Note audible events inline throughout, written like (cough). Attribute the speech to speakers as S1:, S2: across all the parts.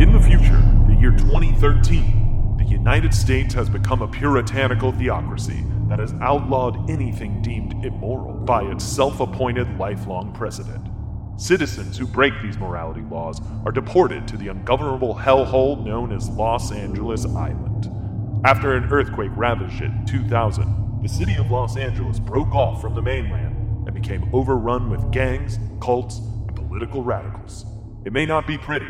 S1: In the future, the year 2013, the United States has become a puritanical theocracy that has outlawed anything deemed immoral by its self appointed lifelong president. Citizens who break these morality laws are deported to the ungovernable hellhole known as Los Angeles Island. After an earthquake ravaged it in 2000, the city of Los Angeles broke off from the mainland and became overrun with gangs, cults, and political radicals. It may not be pretty,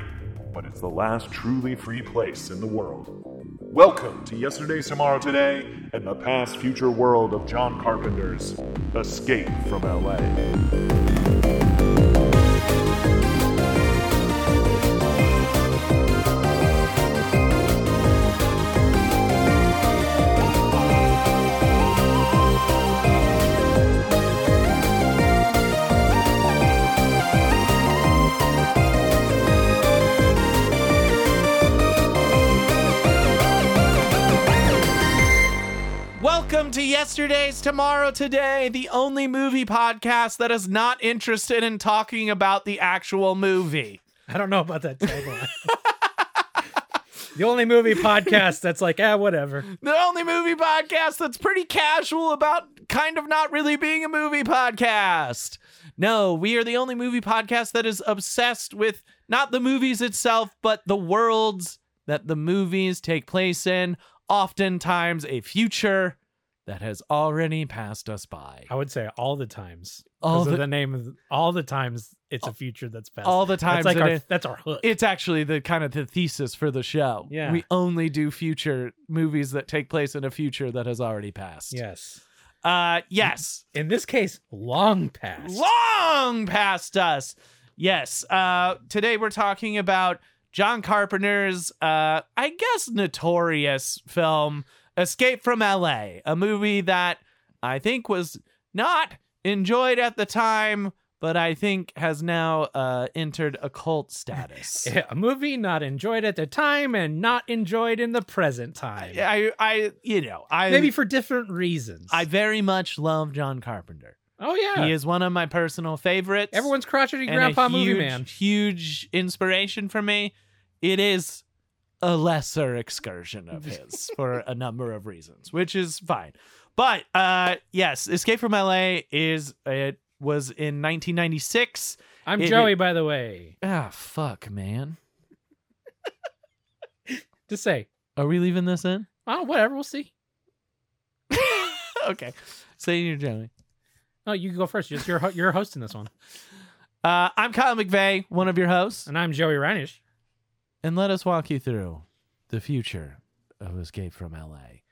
S1: but it's the last truly free place in the world. Welcome to Yesterday's Tomorrow Today and the past future world of John Carpenter's Escape from LA.
S2: Welcome to Yesterday's Tomorrow Today, the only movie podcast that is not interested in talking about the actual movie.
S3: I don't know about that tagline. the only movie podcast that's like, ah, whatever.
S2: The only movie podcast that's pretty casual about kind of not really being a movie podcast. No, we are the only movie podcast that is obsessed with not the movies itself, but the worlds that the movies take place in, oftentimes a future that has already passed us by.
S3: I would say all the times.
S2: All
S3: All the,
S2: the-
S3: the name of all the times it's a future that's passed.
S2: All the times
S3: That's like
S2: it
S3: our,
S2: is-
S3: that's our hook.
S2: it's actually the kind of the thesis for the show.
S3: Yeah.
S2: We only do future movies that take place in a future that has already passed.
S3: yes.
S2: Uh yes.
S3: In this case, long past.
S2: Long past us. Yes. Uh today we're talking about John Carpenter's uh I guess notorious film Escape from LA, a movie that I think was not enjoyed at the time, but I think has now uh entered a cult status.
S3: (laughs) (laughs) Yeah, a movie not enjoyed at the time and not enjoyed in the present time.
S2: I I you know I
S3: Maybe for different reasons.
S2: I very much love John Carpenter.
S3: oh yeah.
S2: He is one of my personal favorites.
S3: Everyone's crotchety
S2: and a
S3: grandpa
S2: huge,
S3: movie man.
S2: Huge inspiration for me. It is a lesser excursion
S3: (laughs)
S2: of his for a number of reasons, which is fine. But uh yes, Escape from LA is it was in 1996.
S3: I'm
S2: It-
S3: Joey, by the way.
S2: Ah fuck, man.
S3: Just say,
S2: Are we leaving this in? (laughs)
S3: oh, whatever, we'll see.
S2: okay. Say you're Joey.
S3: No, you can go first. Just you're ho- you're hosting this one,
S2: Uh, I'm Kyle McVeigh, one of your hosts.
S3: and I'm Joey Reinish.
S2: and let us walk you through the future of Escape from LA.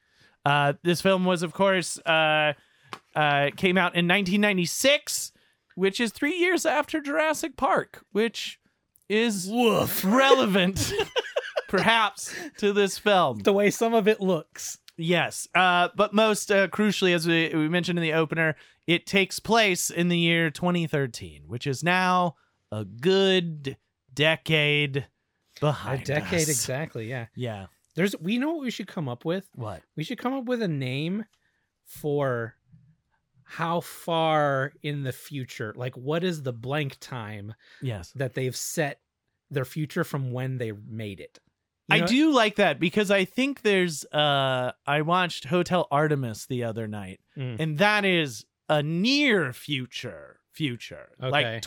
S2: Uh, this film was, of course, uh, uh, came out in 1996, which is three years after Jurassic Park, which is
S3: (laughs)
S2: relevant, perhaps, to this film.
S3: The way some of it looks.
S2: Yes, uh, but most uh, crucially, as we, we mentioned in the opener, it takes place in the year 2013, which is now a good decade
S3: A
S2: behind
S3: decade
S2: us.
S3: exactly. Yeah.
S2: Yeah.
S3: There's. We know what we should come up with.
S2: What?
S3: We should come up with a name for how far in the future. Like, what is the blank time
S2: Yes.
S3: that they've set their future from when they made it? You
S2: I
S3: know-
S2: do like that because I think there's uh I watched Hotel Artemis the other night
S3: Mm.
S2: and that is a near future future
S3: Okay.
S2: like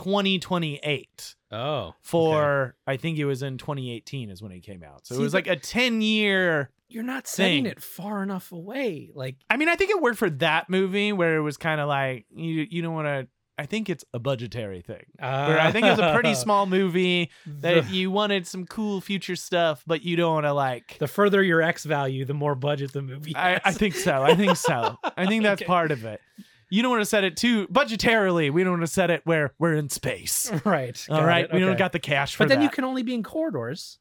S2: 2028
S3: Oh,
S2: for I think it was in 2018 is when it came out. So
S3: See,
S2: it was
S3: but-
S2: like a 10 year
S3: you're not setting
S2: Thing.
S3: it far enough away. Like,
S2: I mean I think it worked for that movie where it was kind of like you you don't want to I think it's a budgetary thing. Where I think it was a
S3: (laughs)
S2: pretty
S3: uh,
S2: small movie
S3: the-
S2: that you wanted some cool future stuff but you don't want to like
S3: the further your X value, the more budget the movie.
S2: I, I
S3: has. (laughs)
S2: think so. I think so. I think that's
S3: Okay.
S2: part of it. You don't want to set it too budgetarily. We don't want to set it where we're in space.
S3: right.
S2: All
S3: got
S2: right,
S3: it,
S2: we don't
S3: okay.
S2: got the cash for
S3: But then
S2: that.
S3: you can only be in corridors.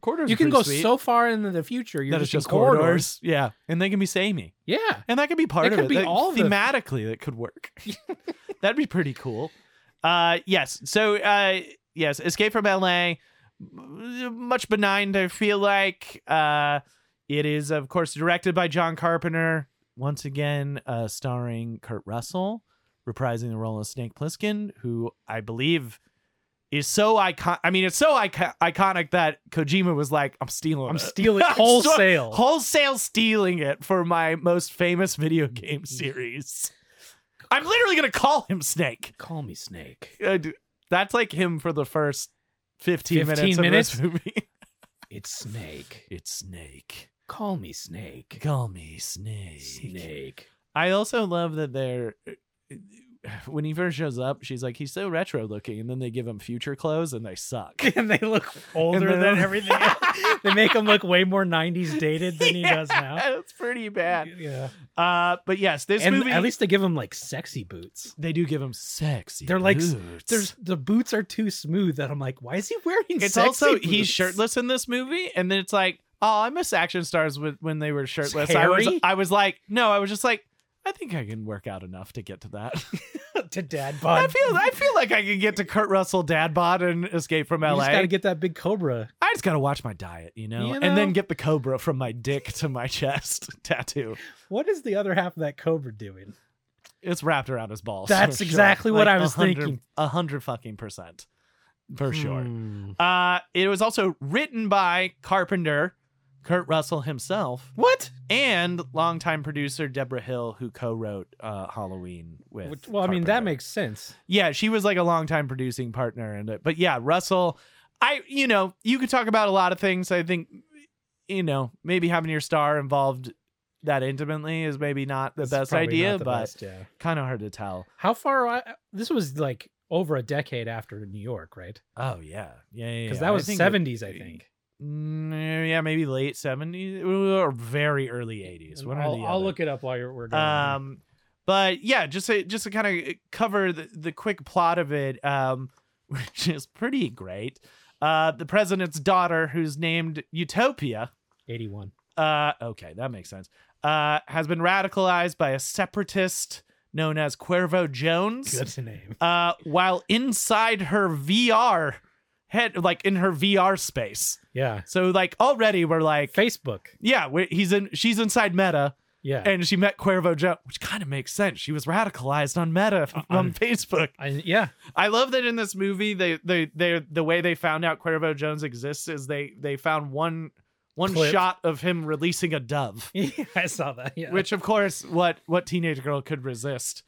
S2: quarters.
S3: You
S2: are
S3: can
S2: pretty
S3: go
S2: sweet.
S3: so far into the future. You're
S2: that it's
S3: just,
S2: just
S3: in
S2: corridors. Yeah, and they can be samey,
S3: Yeah.
S2: and that could be part
S3: That
S2: of
S3: could
S2: it.
S3: be all the-
S2: thematically that could
S3: (laughs)
S2: work. (laughs) That'd be pretty cool. Uh, yes. So uh, yes, Escape from L.A. m- Much benign. I feel like uh, it is, of course, directed by John Carpenter. Once again, uh, starring Kurt Russell, reprising the role of Snake Plissken, who I believe is so icon. I mean, it's so icon- iconic that Kojima was like, "I'm stealing.
S3: (laughs) I'm
S2: it.
S3: stealing
S2: I'm sto-
S3: wholesale.
S2: wholesale stealing it for my most famous video game series." I'm literally gonna call him Snake.
S3: Call me Snake.
S2: Uh, d- that's like him for the first 15,
S3: 15
S2: minutes, of this movie. (laughs)
S3: It's Snake.
S2: it's Snake.
S3: Call me Snake.
S2: Call me Snake.
S3: Snake.
S2: I also love that they're uh, when he first shows up, she's like, he's so retro looking, and then they give him future clothes and they suck.
S3: (laughs)
S2: (laughs)
S3: And they look older
S2: they
S3: than
S2: look-
S3: everything. else. (laughs) they make him look way more '90s
S2: (laughs)
S3: dated than he does now.
S2: It's pretty bad.
S3: Yeah.
S2: Uh, but yes, this
S3: and
S2: movie
S3: at least they give him like sexy boots.
S2: they do give him sexy.
S3: They're like-
S2: boots.
S3: There's the boots are too smooth that I'm like, why is he wearing?
S2: it's
S3: sexy
S2: also
S3: boots?
S2: he's shirtless in this movie, and then it's like, oh, I miss action stars with when they were shirtless. I was
S3: hairy?
S2: I was like, no, I was just like, I think I can work out enough to get to that. (laughs)
S3: (laughs) to dad
S2: I
S3: bod.
S2: feel I feel like I can get to Kurt Russell dad bod and escape from
S3: You
S2: LA.
S3: just gotta get that big cobra.
S2: I just gotta watch my diet, you know?
S3: You
S2: and
S3: know?
S2: then get the cobra from my dick to my (laughs) chest tattoo.
S3: What is the other half of that cobra doing?
S2: It's wrapped around his balls.
S3: That's
S2: for sure.
S3: exactly what
S2: Like
S3: I was
S2: 100
S3: thinking.
S2: A hundred fucking percent. For sure.
S3: Hmm.
S2: Uh it was also written by Carpenter, Kurt Russell himself,
S3: What?
S2: and longtime producer Deborah Hill, who co wrote uh Halloween with
S3: Which- well, I mean that
S2: Carpenter.
S3: makes sense.
S2: Yeah, she was like a longtime producing partner, and but yeah, Russell, I you know you could talk about a lot of things. I think you know maybe having your star involved that intimately is maybe not the
S3: It's
S2: best
S3: probably
S2: idea,
S3: not the
S2: but
S3: best, yeah.
S2: kind of hard to tell.
S3: How far? I, this was like over a decade after New York, right?
S2: Oh yeah, yeah, yeah.
S3: Because
S2: yeah. I
S3: that was
S2: think
S3: seventies, I think.
S2: it- mm, yeah, maybe late seventies or very early eighties. One or
S3: I'll,
S2: the
S3: I'll
S2: other.
S3: look it up while you're we're going.
S2: Um, but yeah, just to, just to kind of cover the, the quick plot of it, um, (laughs) which is pretty great. Uh, the president's daughter, who's named Utopia, (laughs)
S3: Eighty-one.
S2: uh, okay, that makes sense, uh, has been radicalized by a separatist known as Cuervo Jones.
S3: Good name.
S2: Uh, while inside her VR head, like in her VR space.
S3: Yeah.
S2: So like already we're like,
S3: Facebook.
S2: yeah, we he's in, she's inside Meta
S3: Yeah.
S2: and she met Cuervo Jones, which kind of makes sense. She was radicalized on Meta on,
S3: on-
S2: Facebook.
S3: I,
S2: (laughs)
S3: yeah.
S2: Uh, um, I love that in this movie, they they they the way they found out Cuervo Jones exists is they they found one one
S3: Clip.
S2: shot of him releasing a dove,
S3: I saw that. Yeah.
S2: which of course, what what teenage girl could resist?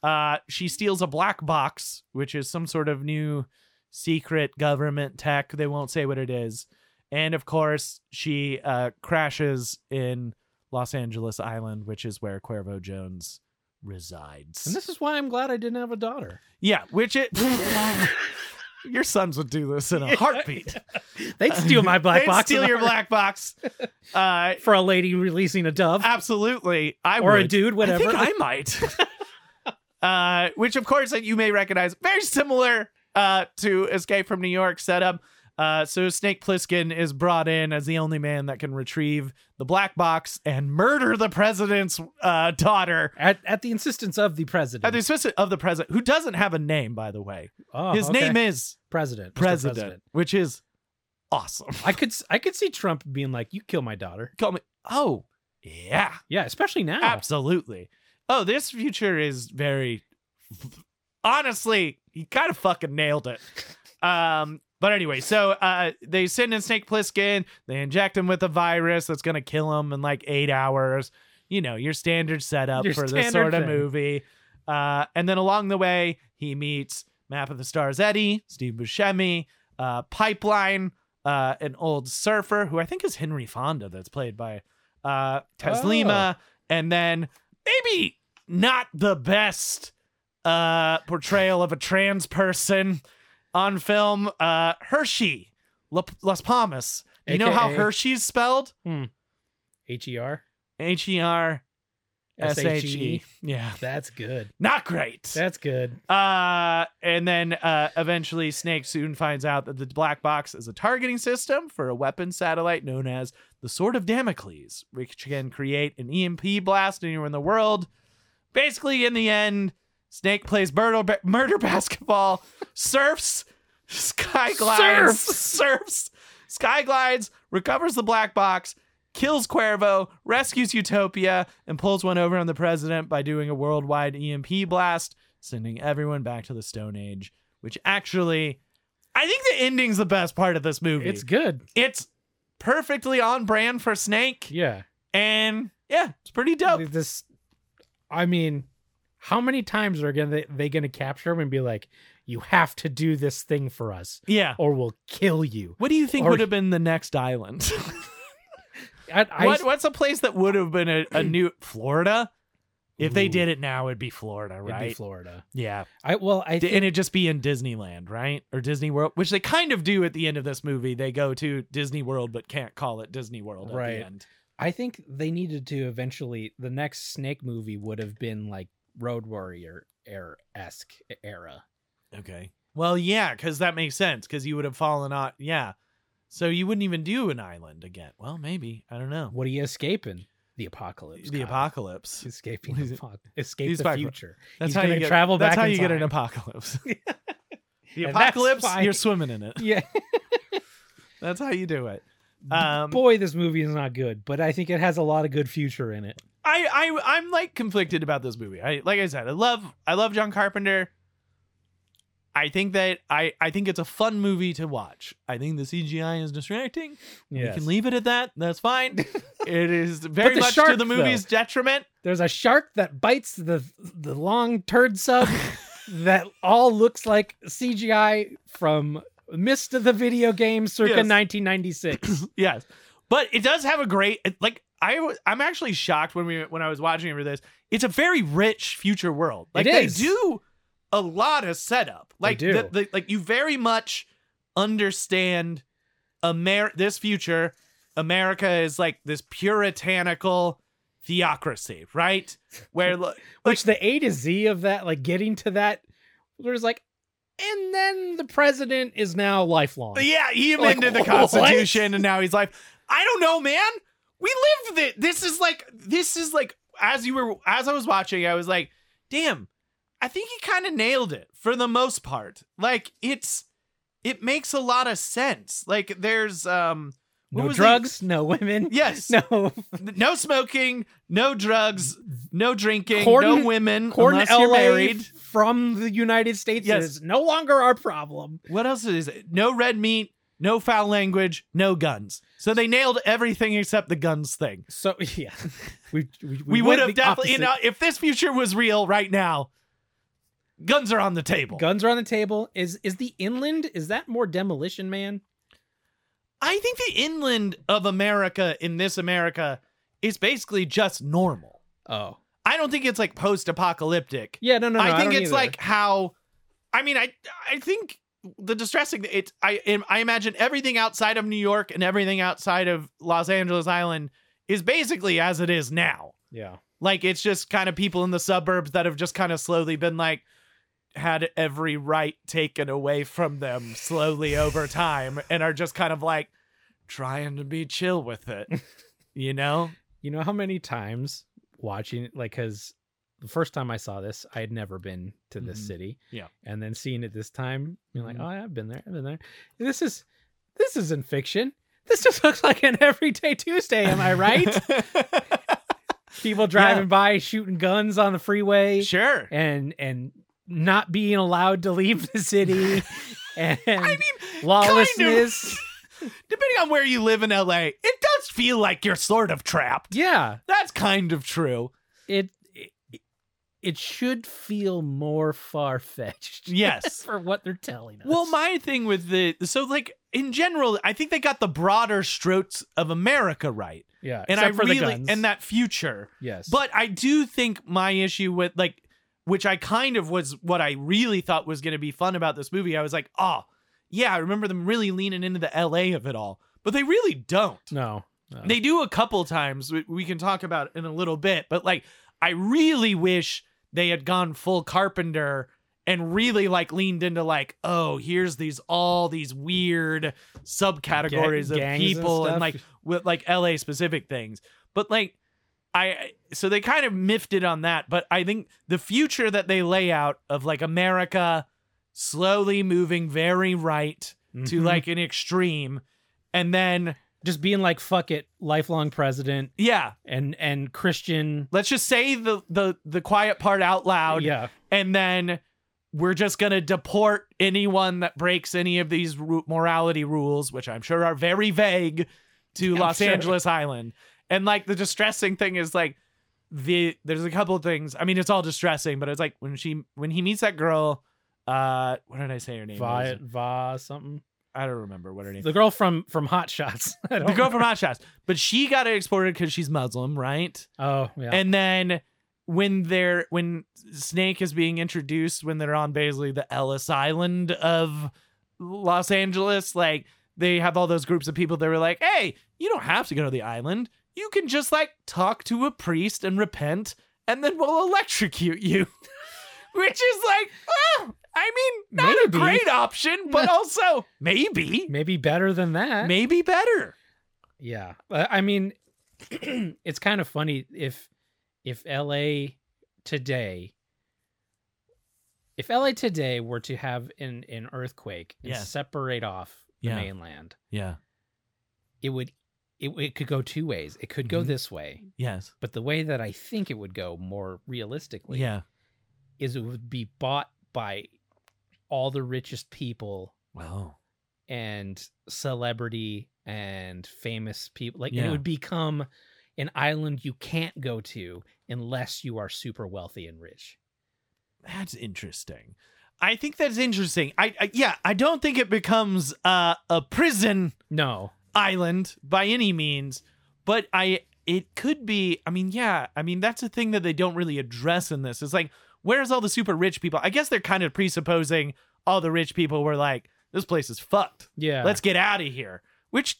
S2: Uh, she steals a black box, which is some sort of new secret government tech. They won't say what it is, and of course, she uh, crashes in Los Angeles Island, which is where Cuervo Jones resides.
S3: and this is why I'm glad I didn't have a daughter.
S2: yeah, which
S3: (laughs)
S2: it. Your sons would do this in a heartbeat. (laughs)
S3: They'd steal my black
S2: They'd
S3: box.
S2: steal
S3: and
S2: your
S3: I-
S2: black box. Uh,
S3: for a lady releasing a dove
S2: absolutely, I
S3: or a
S2: would.
S3: dude, whatever.
S2: I think I might. (laughs) uh, which, of course, that you may recognize, very similar uh, to Escape from New York setup. Uh, so Snake Plissken is brought in as the only man that can retrieve the black box and murder the president's uh, daughter.
S3: at, at the insistence of the president.
S2: At the insistence of the president, who doesn't have a name, by the way.
S3: Oh,
S2: His
S3: okay.
S2: name is
S3: president. Mr.
S2: president, which is awesome. (laughs)
S3: I could s- I could see Trump being like, "You kill my daughter."
S2: Call me. Oh, yeah.
S3: Yeah, especially now.
S2: Absolutely. Oh, this future is very honestly, he kind of fucking nailed
S3: (laughs)
S2: it. Um, but anyway, so uh they send in Snake Plissken, they inject him with a virus that's gonna kill him in like eight hours. You know, your standard setup
S3: Your
S2: for this
S3: standard
S2: sort of
S3: thing.
S2: movie. Uh and then along the way, he meets Map of the Stars Eddie, Steve Buscemi, uh Pipeline, uh an old surfer who I think is Henry Fonda that's played by uh
S3: Oh.
S2: Teslima, and then maybe not the best uh portrayal of a trans person on film uh hershey La- las palmas Do you know how
S3: AKA?
S2: hershey's spelled
S3: H E R
S2: h-e-r-s-h-e
S3: S H E.
S2: yeah
S3: That's good.
S2: not great
S3: That's good.
S2: uh and then uh eventually snake soon finds out that the black box is a targeting system for a weapon satellite known as the sword of damocles which can create an emp blast anywhere in the world basically in the end snake plays murder, ba- murder (laughs) basketball surfs sky glides
S3: Surfs!
S2: surfs sky glides recovers the black box kills cuervo rescues utopia and pulls one over on the president by doing a E worldwide emp blast sending everyone back to the stone age which actually I think the ending's the best part of this movie.
S3: It's good.
S2: it's perfectly on brand for Snake,
S3: Yeah.
S2: and yeah, it's pretty dope.
S3: This, I mean, how many times are gonna they, they gonna capture him and be like, "You have to do this thing for us,
S2: Yeah.
S3: or we'll kill you."
S2: What do you think
S3: Or-
S2: would have been the next island?
S3: I, (laughs) I,
S2: what, what's a place that would have been a, a new Florida? If they did it now, it'd be Florida,
S3: It'd
S2: right?
S3: be Florida.
S2: yeah,
S3: I well, I
S2: D- and it'd just be in Disneyland, right, or Disney World, which they kind of do at the end of this movie. They go to Disney World, but can't call it Disney World at
S3: Right.
S2: the end.
S3: I think they needed to eventually. The next Snake movie would have been like Road Warrior era esque era.
S2: Okay. Well, yeah, because that makes sense. Because you would have fallen on, yeah. So you wouldn't even do an island again. Well, maybe I don't know.
S3: What are you escaping? The apocalypse.
S2: The
S3: Kyle.
S2: apocalypse.
S3: Escaping
S2: He's-
S3: the apoc- escape
S2: he's
S3: the
S2: back-
S3: future.
S2: That's
S3: He's
S2: how you
S3: gonna
S2: get,
S3: travel
S2: That's
S3: back
S2: how
S3: in
S2: you get an
S3: time. (laughs)
S2: apocalypse. the
S3: And that's
S2: apocalypse.
S3: why-
S2: You're swimming in it.
S3: (laughs) Yeah.
S2: That's how you do it. Um,
S3: (laughs) Boy, this movie is not good, but I think it has a lot of good future in it.
S2: I, I I'm like conflicted about this movie. I like I said, I love I love John Carpenter. I think that I I think it's a fun movie to watch. I think the CGI is distracting.
S3: Yes.
S2: We can leave it at that. That's
S3: (laughs)
S2: fine. it is very
S3: the
S2: much to
S3: shark,
S2: the movie's detriment.
S3: There's a shark that bites the the long
S2: (laughs)
S3: turd sub that all looks like CGI from Mist of the video game circa
S2: Yes. (clears throat)
S3: 1996.
S2: (laughs) Yes, but it does have a great it- like. I was, I'm actually shocked when we when I was watching over this. It's a very rich future world. Like
S3: It
S2: they
S3: is.
S2: do a lot of setup. Like
S3: do.
S2: The, the, like you very much understand Amer this future. America is like this puritanical theocracy, right? Where lo-
S3: Which the A to Z of that, like getting to that, there's like, and then the president is now lifelong.
S2: Yeah, he
S3: Like,
S2: amended the
S3: what?
S2: Constitution, and now he's like, I don't know, man. We lived it. This is like, this is like, as you were, as I was watching, I was like, damn, I think he kind of nailed it for the most part. Like, it's, it makes a lot of sense. Like, there's, um, what
S3: No
S2: was
S3: drugs, no women,
S2: yes, no.
S3: (laughs) no
S2: smoking, no drugs, no drinking,
S3: Corn-
S2: no women,
S3: corn
S2: unless you're
S3: LA
S2: married.
S3: from the United States
S2: Yes.
S3: is no longer our problem.
S2: What else is it? No red meat, no foul language, no guns. So they nailed everything except the guns thing. (laughs)
S3: So yeah, we we,
S2: We, would
S3: went
S2: have
S3: the
S2: definitely, you
S3: opposite.
S2: know, if this future was real right now, guns are on the table.
S3: guns are on the table. Is is the inland? Is that more demolition man?
S2: I think the inland of America in this America is basically just normal.
S3: Oh
S2: I don't think it's like post apocalyptic.
S3: yeah, no no. no
S2: I think
S3: don't
S2: it's
S3: either.
S2: like how, I mean, I I think the distressing it I im- I imagine everything outside of New York and everything outside of Los Angeles Island is basically as it is now.
S3: yeah.
S2: Like it's just kind of people in the suburbs that have just kind of slowly been like had every right taken away from them slowly over time and are just kind of like trying to be chill with it.
S3: (laughs)
S2: You know?
S3: You know how many times watching it, like because the first time I saw this, I had never been to this
S2: Mhm.
S3: city.
S2: Yeah.
S3: and then seeing it this time, you're like,
S2: Mhm.
S3: oh, yeah, I've been there, I've been there. This is this isn't fiction. This (laughs) just looks like an everyday Tuesday. Am I
S2: (laughs)
S3: right? People driving by, shooting guns on the freeway.
S2: sure.
S3: and and not being allowed to leave the city (laughs) and
S2: I mean,
S3: lawlessness.
S2: depending on where you live in LA, it does feel like you're sort of trapped.
S3: Yeah,
S2: That's kind of true.
S3: it, it it should feel more far fetched.
S2: Yes.
S3: (laughs) for what they're telling us.
S2: well, my thing with the so like in general, I think they got the broader strokes of America right,
S3: yeah,
S2: and
S3: except
S2: I
S3: for
S2: really
S3: the guns.
S2: and that future.
S3: yes,
S2: But I do think my issue with like, which I kind of was what I really thought was going to be fun about this movie. I was like, oh, yeah, I remember them really leaning into the LA of it all, but they really don't.
S3: no, no.
S2: They do a couple times. We, we can talk about it in a little bit, but like, I really wish they had gone full Carpenter and really like leaned into like, oh, here's these all these weird subcategories
S3: Ga-
S2: of
S3: gangs and
S2: people and,
S3: stuff.
S2: like with like LA specific things, but like. I so they kind of miffed it on that, but I think the future that they lay out of like America slowly moving very right to
S3: Mhm.
S2: like an extreme, and then
S3: just being like fuck it, lifelong president
S2: yeah,
S3: and and Christian.
S2: let's just say the the the quiet part out loud
S3: yeah,
S2: and then we're just going to deport anyone that breaks any of these ru- morality rules, which I'm sure are very vague, to
S3: I'm
S2: Los
S3: sure.
S2: Angeles Island. And like the distressing thing is like the there's a couple of things. I mean, it's all distressing, but it's like when she when he meets that girl. Uh, what did I say her name? was?
S3: Va, Va something.
S2: I don't remember what her name.
S3: The girl from from Hot Shots. (laughs) I
S2: The
S3: don't-
S2: girl from Hot Shots, but she got it exported because she's Muslim, right?
S3: Oh yeah.
S2: And then when they're when Snake is being introduced, when they're on basically the Ellis Island of Los Angeles, like they have all those groups of people that were like, "Hey, you don't have to go to the island. You can just like talk to a priest and repent, and then we'll electrocute you." (laughs) Which is like, ah, I mean, not a
S3: Maybe.
S2: great option,
S3: (laughs)
S2: but also maybe,
S3: Maybe better than that.
S2: maybe better.
S3: Yeah. Uh, I mean, (clears throat) it's kind of funny if if LA today if LA today were to have an, an earthquake and
S2: Yes.
S3: separate off the
S2: Yeah.
S3: mainland,
S2: Yeah.
S3: it would it, it could go two ways. It could go
S2: Mhm.
S3: this way,
S2: Yes.
S3: but the way that I think it would go more realistically
S2: Yeah.
S3: is it would be bought by all the richest people
S2: Wow.
S3: and celebrity and famous people. Like and
S2: Yeah.
S3: it would become an island you can't go to unless you are super wealthy and rich.
S2: That's interesting. I think that's interesting. I, I yeah, I don't think it becomes uh, a prison
S3: No.
S2: island by any means, but I it could be. I mean, yeah, I mean that's a thing that they don't really address in this. It's like where's all the super rich people? I guess they're kind of presupposing all the rich people were like this place is fucked.
S3: Yeah.
S2: Let's get out of here. Which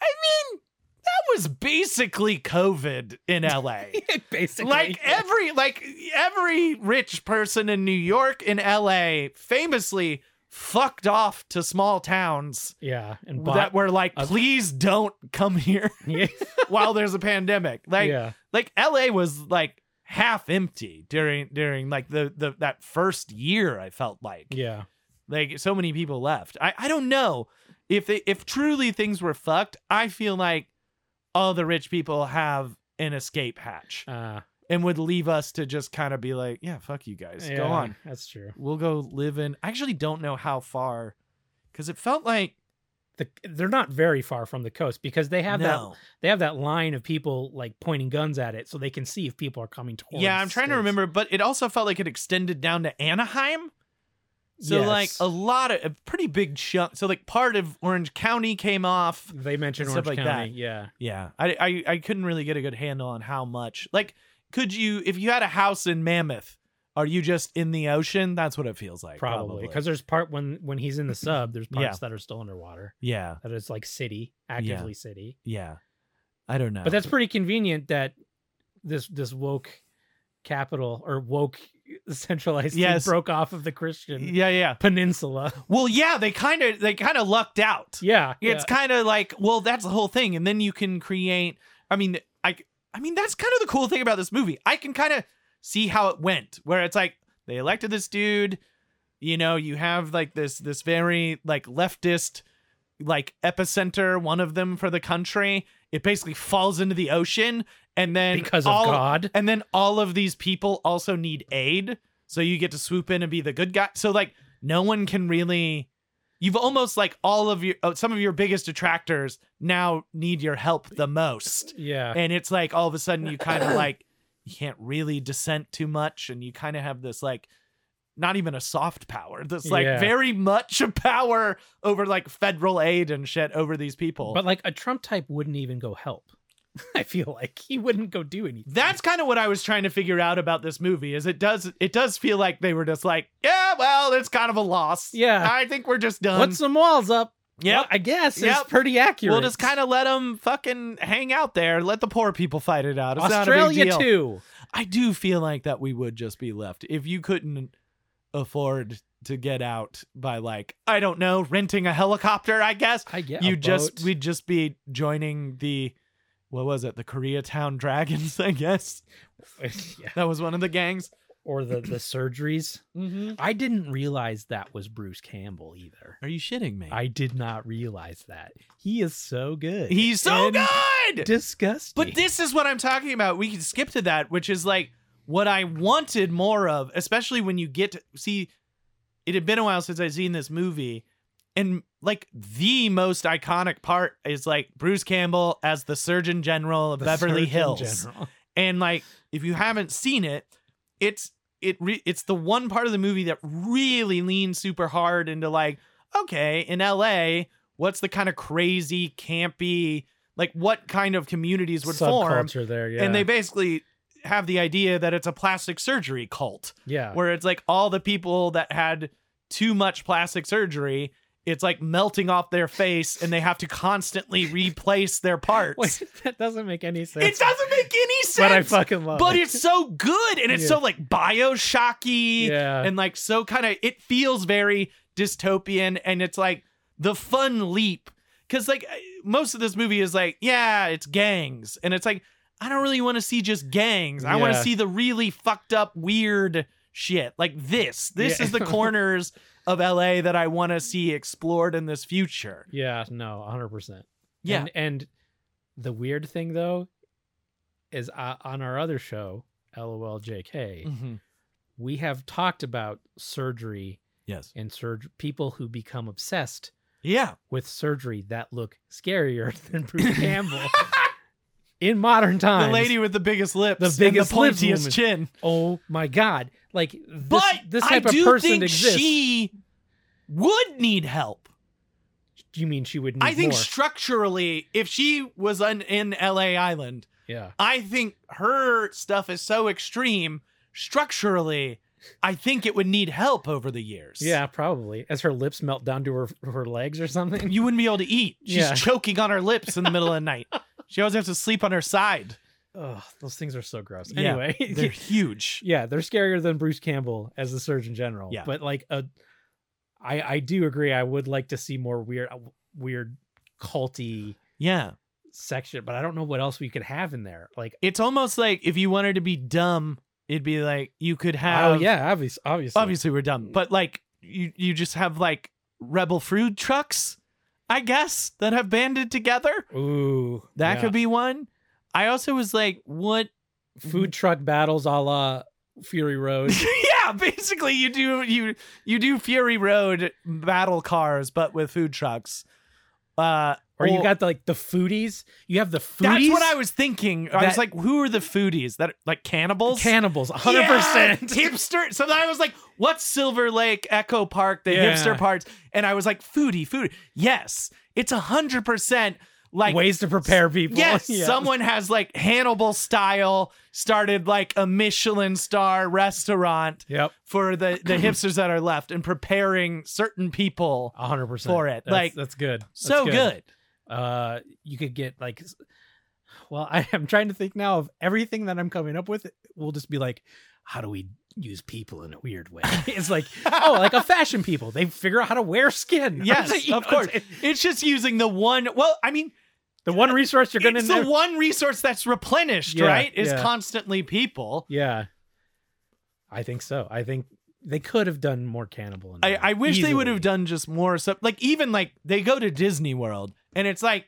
S2: I mean, that was basically COVID in LA.
S3: (laughs) basically
S2: like every like every rich person in New York and LA famously fucked off to small towns
S3: Yeah. And
S2: that
S3: bought,
S2: were like
S3: a-
S2: please don't come here (laughs)
S3: (laughs) yeah.
S2: while there's a pandemic like
S3: yeah.
S2: like LA was like half empty during during like the the that first year I felt like
S3: Yeah.
S2: like so many people left I I don't know if they if truly things were fucked I feel like all the rich people have an escape hatch
S3: Uh,
S2: and would leave us to just kind of be like, yeah, fuck you guys.
S3: Uh, yeah,
S2: Go on.
S3: That's true.
S2: We'll go live in. I actually don't know how far because it felt like.
S3: The, they're not very far from the coast because they have that
S2: no.
S3: they have that line of people like pointing guns at it so they can see if people are coming towards.
S2: Yeah, I'm trying to
S3: states.
S2: remember, but it also felt like it extended down to Anaheim. So, like,
S3: Yes.
S2: a lot of a pretty big chunk. So, like, part of Orange County came off.
S3: they mentioned
S2: and
S3: Orange
S2: stuff like
S3: County. Yeah.
S2: Yeah. I, I, I couldn't really get a good handle on how much. Like, could you, if you had a house in Mammoth, are you just in the ocean? That's what it feels like.
S3: probably because there's part when when he's in the sub there's parts
S2: (laughs) Yeah.
S3: that are still underwater
S2: Yeah.
S3: that is like city actively city
S2: Yeah. I don't know.
S3: but that's pretty convenient that this this woke capital or woke (laughs) centralized thing
S2: Yes.
S3: broke off of the christian
S2: Yeah, yeah.
S3: peninsula (laughs)
S2: Well, yeah, they kind of they kind of lucked out.
S3: yeah
S2: It's kind of like, well, that's the whole thing, and then you can create. I mean, I I mean that's kind of the cool thing about this movie. I can kind of see how it went, where it's like they elected this dude. You know, you have like this this very like leftist like epicenter, one of them for the country. It basically falls into the ocean, and then
S3: because
S2: all-
S3: of
S2: (laughs)
S3: god
S2: and then all of these people also need aid so you get to swoop in and be the good guy so like no one can really you've almost like all of your oh, some of your biggest detractors now need your help the most
S3: yeah
S2: and it's like all of a sudden you kind of like you can't really dissent too much and you kind of have this like not even a soft power that's like
S3: Yeah.
S2: very much a power over like federal aid and shit over these people
S3: but like a trump type wouldn't even go help (laughs) i feel like he wouldn't go do anything
S2: that's kind of what I was trying to figure out about this movie is it does it does feel like they were just like, yeah, well, it's kind of a loss.
S3: yeah
S2: I think we're just done.
S3: put some walls up
S2: Yep.
S3: Well, i guess
S2: Yep.
S3: it's pretty accurate
S2: We'll just kind of let them fucking hang out there. Let the poor people fight it out. It's not a big
S3: australia
S2: deal.
S3: too
S2: I do feel like that we would just be left if you couldn't afford to get out by like I don't know renting a helicopter. I guess
S3: i guess
S2: you just we'd just be joining the what was it the Koreatown Dragons? (laughs) I guess
S3: (laughs) yeah
S2: that was one of the gangs.
S3: or the the surgeries.
S2: Mm-hmm.
S3: I didn't realize that was Bruce Campbell either.
S2: Are you shitting me?
S3: I did not realize that. He is so good.
S2: He's so
S3: And
S2: good.
S3: (laughs) Disgusting.
S2: but this is what I'm talking about. We can skip to that, which is like what I wanted more of, especially when you get to see it had been a while since I'd seen this movie. And like the most iconic part is like Bruce Campbell as the Surgeon General of
S3: The
S2: Beverly
S3: Surgeon
S2: Hills.
S3: General.
S2: And like, if you haven't seen it, it's it re- it's the one part of the movie that really leans super hard into like, okay, in L.A., what's the kind of crazy, campy, like what kind of communities would form?
S3: Subculture there, yeah.
S2: And they basically have the idea that it's a plastic surgery cult,
S3: yeah.
S2: where it's like all the people that had too much plastic surgery. It's like melting off their face, and they have to constantly replace their parts.
S3: (laughs) (laughs) Wait, that doesn't make any sense.
S2: it doesn't make any sense
S3: But I fucking love
S2: but
S3: it.
S2: it's so good and it's
S3: Yeah.
S2: so like bioshocky
S3: Yeah.
S2: and like so kind of it feels very dystopian and it's like the fun leap because like most of this movie is like yeah it's gangs and it's like i don't really want to see just gangs i want to
S3: Yeah.
S2: see the really fucked up weird shit like this this
S3: Yeah. (laughs)
S2: is the corners of la that i want to see explored in this future
S3: Yeah, no, 100%.
S2: Yeah.
S3: And, and the weird thing, though, is uh, on our other show, LOLJK,
S2: Mm. Mm-hmm.
S3: we have talked about surgery
S2: yes
S3: and surg- people who become obsessed
S2: yeah
S3: with surgery that look scarier (laughs) than
S2: (laughs)
S3: Bruce Campbell in modern times.
S2: the lady with the biggest lips
S3: The
S2: and
S3: biggest
S2: the
S3: lips
S2: pointiest
S3: woman.
S2: chin
S3: Oh my God. Like, this,
S2: But
S3: this
S2: I
S3: type
S2: do
S3: of person
S2: think
S3: exists.
S2: she would need help.
S3: Do you mean she would need
S2: I think
S3: more?
S2: structurally, if she was on, in LA Island,
S3: yeah.
S2: I think her stuff is so extreme. Structurally, I think it would need help over the years.
S3: Yeah, probably. As her lips melt down to her, her legs or something. (laughs)
S2: You wouldn't be able to eat. She's
S3: Yeah.
S2: choking on her lips in the middle of the night. She always has to sleep on her
S3: (laughs)
S2: side.
S3: Oh, those things are so gross.
S2: Yeah,
S3: Anyway, (laughs)
S2: They're huge.
S3: yeah, they're scarier than Bruce Campbell as the Surgeon General.
S2: Yeah.
S3: but like a, I I do agree. I would like to see more weird, weird, culty
S2: Yeah.
S3: section, but I don't know what else we could have in there. Like,
S2: It's almost like if you wanted to be dumb, it'd be like you could have
S3: oh yeah, obviously, obviously,
S2: obviously we're dumb, but like you you just have like rebel food trucks, I guess, that have banded together.
S3: Ooh,
S2: That could be one. I also was like, what? (laughs)
S3: food truck battles a la Fury (laughs) Road.
S2: yeah, basically you do you you do Fury Road battle cars, but with food trucks. Uh,
S3: Or you got the, like the foodies. You have the foodies.
S2: That's what I was thinking. I was
S3: That-
S2: like, who are the foodies that like cannibals?
S3: Cannibals, hundred percent. (laughs)
S2: Yeah, hipster. So then I was like, "What's Silver Lake Echo Park? The
S3: Yeah.
S2: hipster parts?" And I was like, "Foodie, foodie." Yes, it's a hundred percent like
S3: Ways to prepare people.
S2: Yes,
S3: (laughs) Yeah.
S2: someone has like Hannibal style started like a Michelin star restaurant
S3: Yep,
S2: for the
S3: (clears throat)
S2: the hipsters that are left and preparing certain people.
S3: hundred percent
S2: For it, like,
S3: that's good. That's
S2: so good.
S3: uh you could get like s- well (laughs) I, i'm trying to think now of everything that i'm coming up with will just be like how do we use people in a weird way (laughs) it's like oh like a fashion people they figure out how to wear skin (laughs)
S2: Yes,
S3: You
S2: of
S3: know,
S2: course.
S3: it's-
S2: It's just using the one. Well, I mean,
S3: the one resource you're gonna
S2: it's the
S3: know
S2: one resource that's replenished,
S3: Yeah,
S2: right? Is
S3: yeah.
S2: constantly people.
S3: yeah i think so i think they could have done more cannibal in
S2: I,
S3: there,
S2: I wish they would have
S3: easily.
S2: done just more stuff. Like even like they go to Disney World and it's like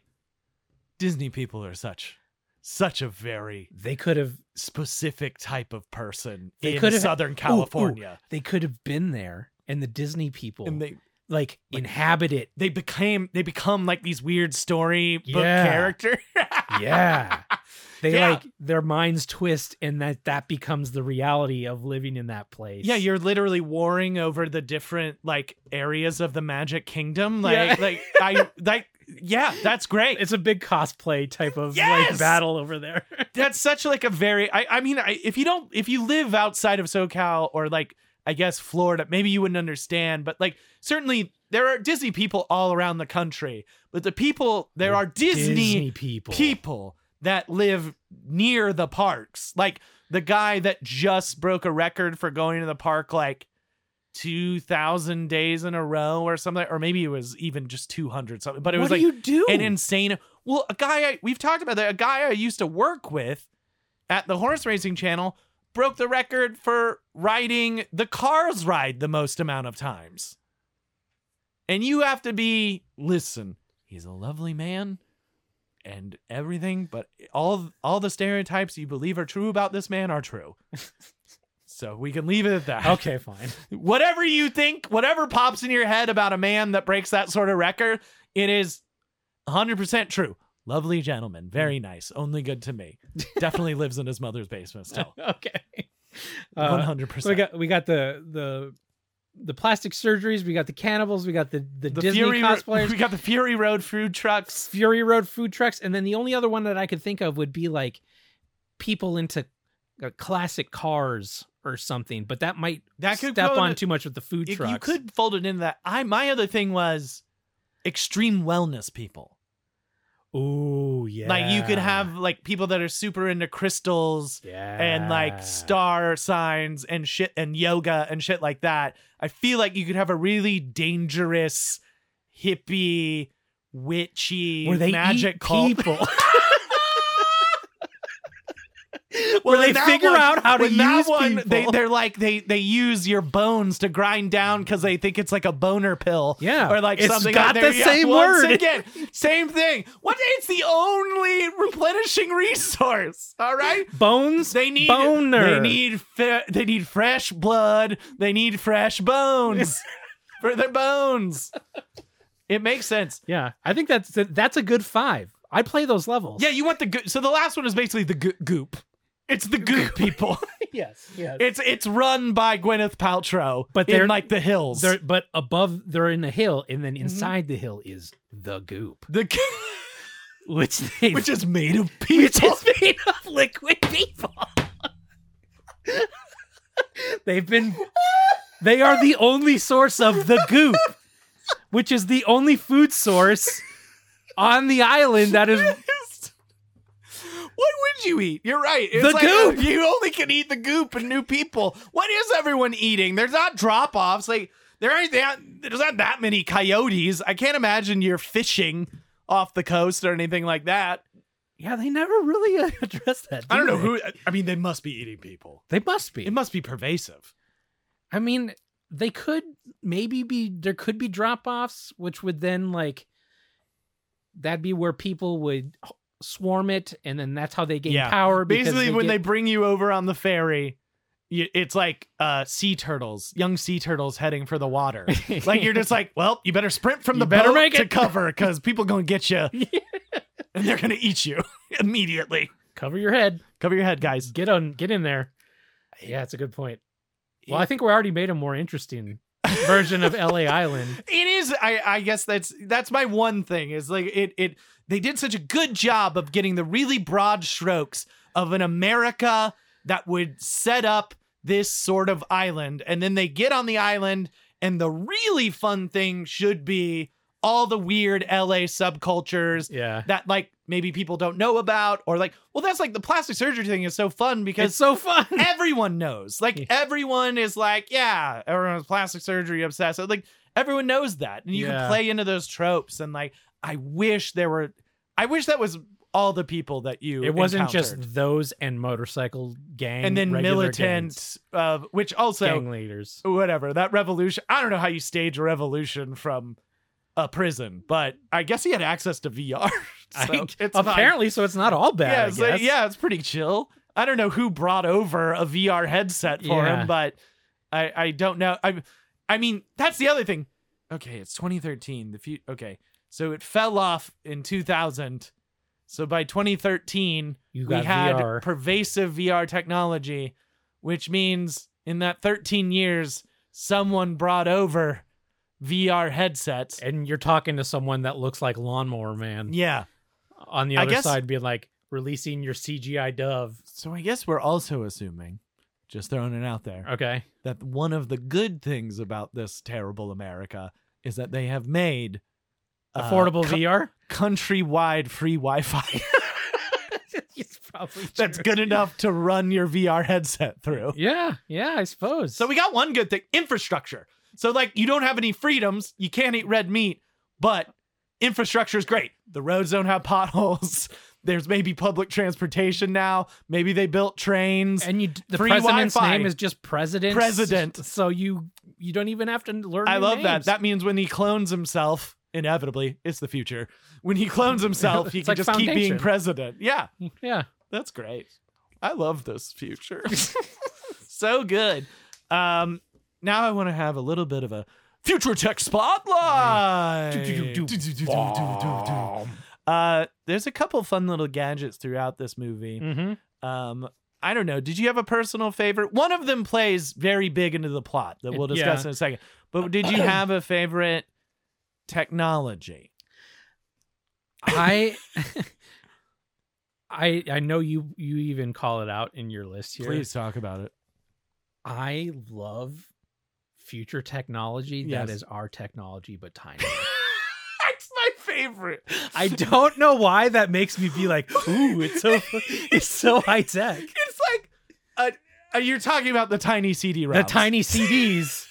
S2: Disney people are such such a very
S3: they could have
S2: specific type of person
S3: They
S2: in
S3: could have-
S2: Southern
S3: Ooh, ooh,
S2: California.
S3: they could have been there and the disney people
S2: And they
S3: like inhabit it
S2: they became they become like these weird storybook (laughs)
S3: Yeah.
S2: character.
S3: (laughs) yeah they
S2: Yeah.
S3: like their minds twist and that that becomes the reality of living in that place
S2: Yeah, you're literally warring over the different like areas of the Magic Kingdom. Like
S3: Yeah.
S2: like I like yeah, that's great.
S3: it's a big cosplay type of
S2: Yes!
S3: like battle over (laughs) there
S2: that's such like a very i, I mean I, if you don't if you live outside of socal or like i guess florida maybe you wouldn't understand but like certainly there are disney people all around the country but the people there
S3: The
S2: are disney,
S3: people
S2: people that live near the parks like the guy that just broke a record for going to the park like 2000 days in a row or something or maybe it was even just 200 something but it
S3: what
S2: was
S3: do
S2: like
S3: you do
S2: an
S3: (laughs)
S2: insane. Well, a guy I, we've talked about that. A guy I used to work with at the horse racing channel broke the record for riding the cars ride the most amount of times. And you have to be listen. He's a lovely man, and
S3: (laughs)
S2: everything, but all all the stereotypes you believe are true about this man are true. So we can leave it at that.
S3: Okay, fine.
S2: Whatever you think, whatever pops in your head about a man that breaks that sort of record, it is 100% true. Lovely gentleman, very
S3: Mm.
S2: nice, only good to me. Definitely lives in his mother's basement still.
S3: okay. (laughs) Uh,
S2: 100%.
S3: we got we got the the the plastic surgeries. We got the cannibals. We got the the,
S2: the
S3: Disney
S2: Fury
S3: cosplayers.
S2: we got the Fury Road food trucks.
S3: (laughs) Fury Road food trucks, and then the only other one that I could think of would be like people into uh, classic cars or something. But that might
S2: That could
S3: step
S2: go
S3: on
S2: into-
S3: too much with the food
S2: If
S3: trucks.
S2: you could fold it into that. I my other thing was extreme wellness people.
S3: ooh yeah,
S2: Like you could have like people that are super into crystals
S3: yeah,
S2: and like star signs and shit and yoga and shit like that. I feel like you could have a really dangerous hippie witchy
S3: where they
S2: magic
S3: eat
S2: cult. (laughs)
S3: people. (laughs)
S2: Well,
S3: Where they
S2: in that
S3: figure
S2: one-
S3: out how to
S2: in that
S3: use
S2: one, They,
S3: people.
S2: they're like they they use your bones to grind down because they think it's like a boner pill.
S3: Yeah.
S2: or like
S3: It's
S2: something.
S3: got
S2: out there.
S3: the
S2: Yeah,
S3: same
S2: once
S3: word.
S2: again. Same thing. What? It's the only replenishing resource. All right.
S3: bones.
S2: They need
S3: boner.
S2: They need fe- they need fresh blood. They need fresh (laughs) bones for their bones. It makes sense.
S3: Yeah, I think that's that's a good five. I play those levels.
S2: Yeah, you want the go- so the last one is basically the go- goop. It's the goop (laughs) people.
S3: yes, yes.
S2: It's it's run by Gwyneth Paltrow,
S3: But
S2: but
S3: they're-
S2: they're like the hills.
S3: They're, but above, they're in a hill, and
S2: Mm-hmm.
S3: then inside the hill is the goop, (laughs)
S2: the
S3: which they
S2: (laughs) which is made of people.
S3: made of liquid people. (laughs) They've been. They are the only source of the goop, (laughs) which is the only food source on the island that is.
S2: what would you eat? You're right. It's
S3: The
S2: like,
S3: goop!
S2: uh, (laughs) You only can eat the goop and new people. What is everyone eating? There's not drop offs. Like there aren't that there's not that many coyotes. I can't imagine you're fishing off the coast or anything like that.
S3: Yeah, they never really (laughs) uh, address that.
S2: I
S3: do
S2: don't know
S3: they?
S2: who. I mean, they must be eating people.
S3: They must be.
S2: It must be pervasive.
S3: I mean, they could maybe be there could be drop offs, which would then like that'd be where people would h- swarm it, and then that's how they gain
S2: Yeah.
S3: power. because
S2: Basically, when they
S3: get-
S2: bring you over on the ferry, you, it's like uh, sea turtles, young sea turtles heading for the water.
S3: (laughs)
S2: like you're just like, well, you better sprint from
S3: You
S2: the
S3: better
S2: boat
S3: make
S2: to
S3: it."
S2: cover because people gonna get
S3: (laughs)
S2: you, and they're gonna eat you (laughs) immediately.
S3: cover your head,
S2: Cover your head, guys.
S3: get on, get in there. Yeah, it's a good point. Well, I think we already made a more interesting version of (laughs) L.A. Island.
S2: It is. I, I guess that's that's my one thing is like it. It they did such a good job of getting the really broad strokes of an America that would set up this sort of island, and then they get on the island, and the really fun thing should be all the weird LA subcultures
S3: Yeah,
S2: that like maybe people don't know about, or like well, that's like the plastic surgery thing is so fun because
S3: it's (laughs) so fun.
S2: everyone knows. Like
S3: Yeah.
S2: everyone is like, yeah, everyone's plastic surgery obsessed. Like everyone knows that. And you
S3: Yeah.
S2: can play into those tropes and like I wish there were I wish that was all the people that you
S3: It wasn't
S2: encountered.
S3: just those and motorcycle gang
S2: and then
S3: regular
S2: militant of which also
S3: gangs, gang (laughs) leaders.
S2: whatever, that revolution I don't know how you stage a revolution from a prison, but I guess he had access to VR. (laughs)
S3: I
S2: so
S3: think-
S2: it's fine.
S3: apparently, so it's not all bad.
S2: Yeah,
S3: I
S2: it's like-
S3: guess.
S2: yeah, it's pretty chill. I don't know who brought over a VR headset for
S3: Yeah.
S2: him, but I I don't know. I I mean, that's the other thing. Okay, it's 2013. The few, okay, so it fell off in 2000. So by 2013,
S3: You
S2: we
S3: got
S2: had
S3: VR.
S2: pervasive VR technology, which means in that 13 years, someone brought over VR headsets.
S3: and you're talking to someone that looks like Lawnmower Man
S2: Yeah.
S3: on the
S2: I
S3: other
S2: guess-
S3: side, being like releasing your CGI dove.
S2: So I guess we're also assuming, just throwing it out there,
S3: Okay,
S2: that one of the good things about this terrible America is that they have made uh,
S3: affordable
S2: co-
S3: VR.
S2: (laughs) countrywide free Wi-Fi (laughs)
S3: it's probably
S2: that's good enough to run your VR headset through.
S3: Yeah, yeah, I suppose.
S2: So we got one good thing: infrastructure. So like, you don't have any freedoms, you can't eat red meat, but infrastructure is great. The roads don't have (laughs) potholes. There's maybe public transportation now. Maybe they built trains.
S3: and you d- the
S2: Free
S3: president's
S2: Wi-Fi.
S3: name is just president.
S2: President.
S3: So you you don't even have to learn.
S2: I
S3: new
S2: love that.
S3: names.
S2: That means when he clones himself, inevitably, it's the future. When he
S3: (laughs)
S2: clones himself, he
S3: It's
S2: can
S3: like
S2: just keep
S3: Foundation.
S2: being president. Yeah,
S3: yeah. (laughs)
S2: that's great. I love this future. (laughs) so good. Um, now I want to have a little bit of a future tech spotlight. Uh, there's a couple fun little gadgets throughout this movie.
S3: Mm-hmm.
S2: Um, I don't know. Did you have a personal favorite? One of them plays very big into the plot that we'll discuss
S3: Yeah.
S2: in a second. But (clears throat) did you have a favorite technology? (laughs)
S3: I (laughs) I I know you you even call it out in your list here.
S2: Please talk about it.
S3: I love future technology
S2: Yes.
S3: that is our technology
S2: (laughs)
S3: but tiny.
S2: (laughs) That's my favorite.
S3: I don't know why that makes me be like, ooh, it's so
S2: (laughs)
S3: it's so high tech.
S2: (laughs) It's like uh, uh, you're talking about the tiny CD
S3: The
S2: ROMs.
S3: tiny CDs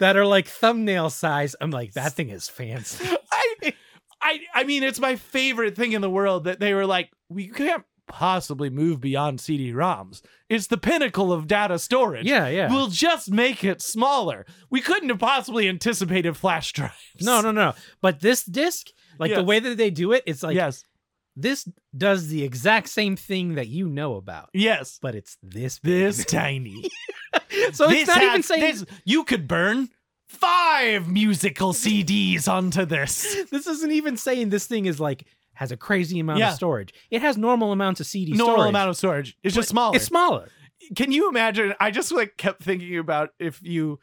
S3: that are like thumbnail size. I'm like, that thing is fancy.
S2: (laughs) I, I, I mean, it's my favorite thing in the world that they were like, we can't possibly move beyond CD-ROMs. It's the pinnacle of data storage.
S3: Yeah, yeah.
S2: We'll just make it smaller. We couldn't have possibly anticipated flash drives.
S3: no, no, no. But this disc, like the
S2: Yes.
S3: way that they do it, it's like
S2: yes,
S3: this does the exact same thing that you know about,
S2: yes.
S3: but it's this big. (laughs)
S2: This tiny.
S3: So
S2: this
S3: it's not even
S2: has-
S3: saying
S2: this- you could burn five musical CDs onto
S3: (laughs)
S2: this.
S3: this isn't even saying this thing is like has a crazy amount
S2: Yeah.
S3: of storage. It has normal amounts of CD
S2: Normal
S3: storage.
S2: amount of storage. It's just smaller.
S3: It's
S2: (laughs)
S3: smaller.
S2: can you imagine i just like kept thinking about if you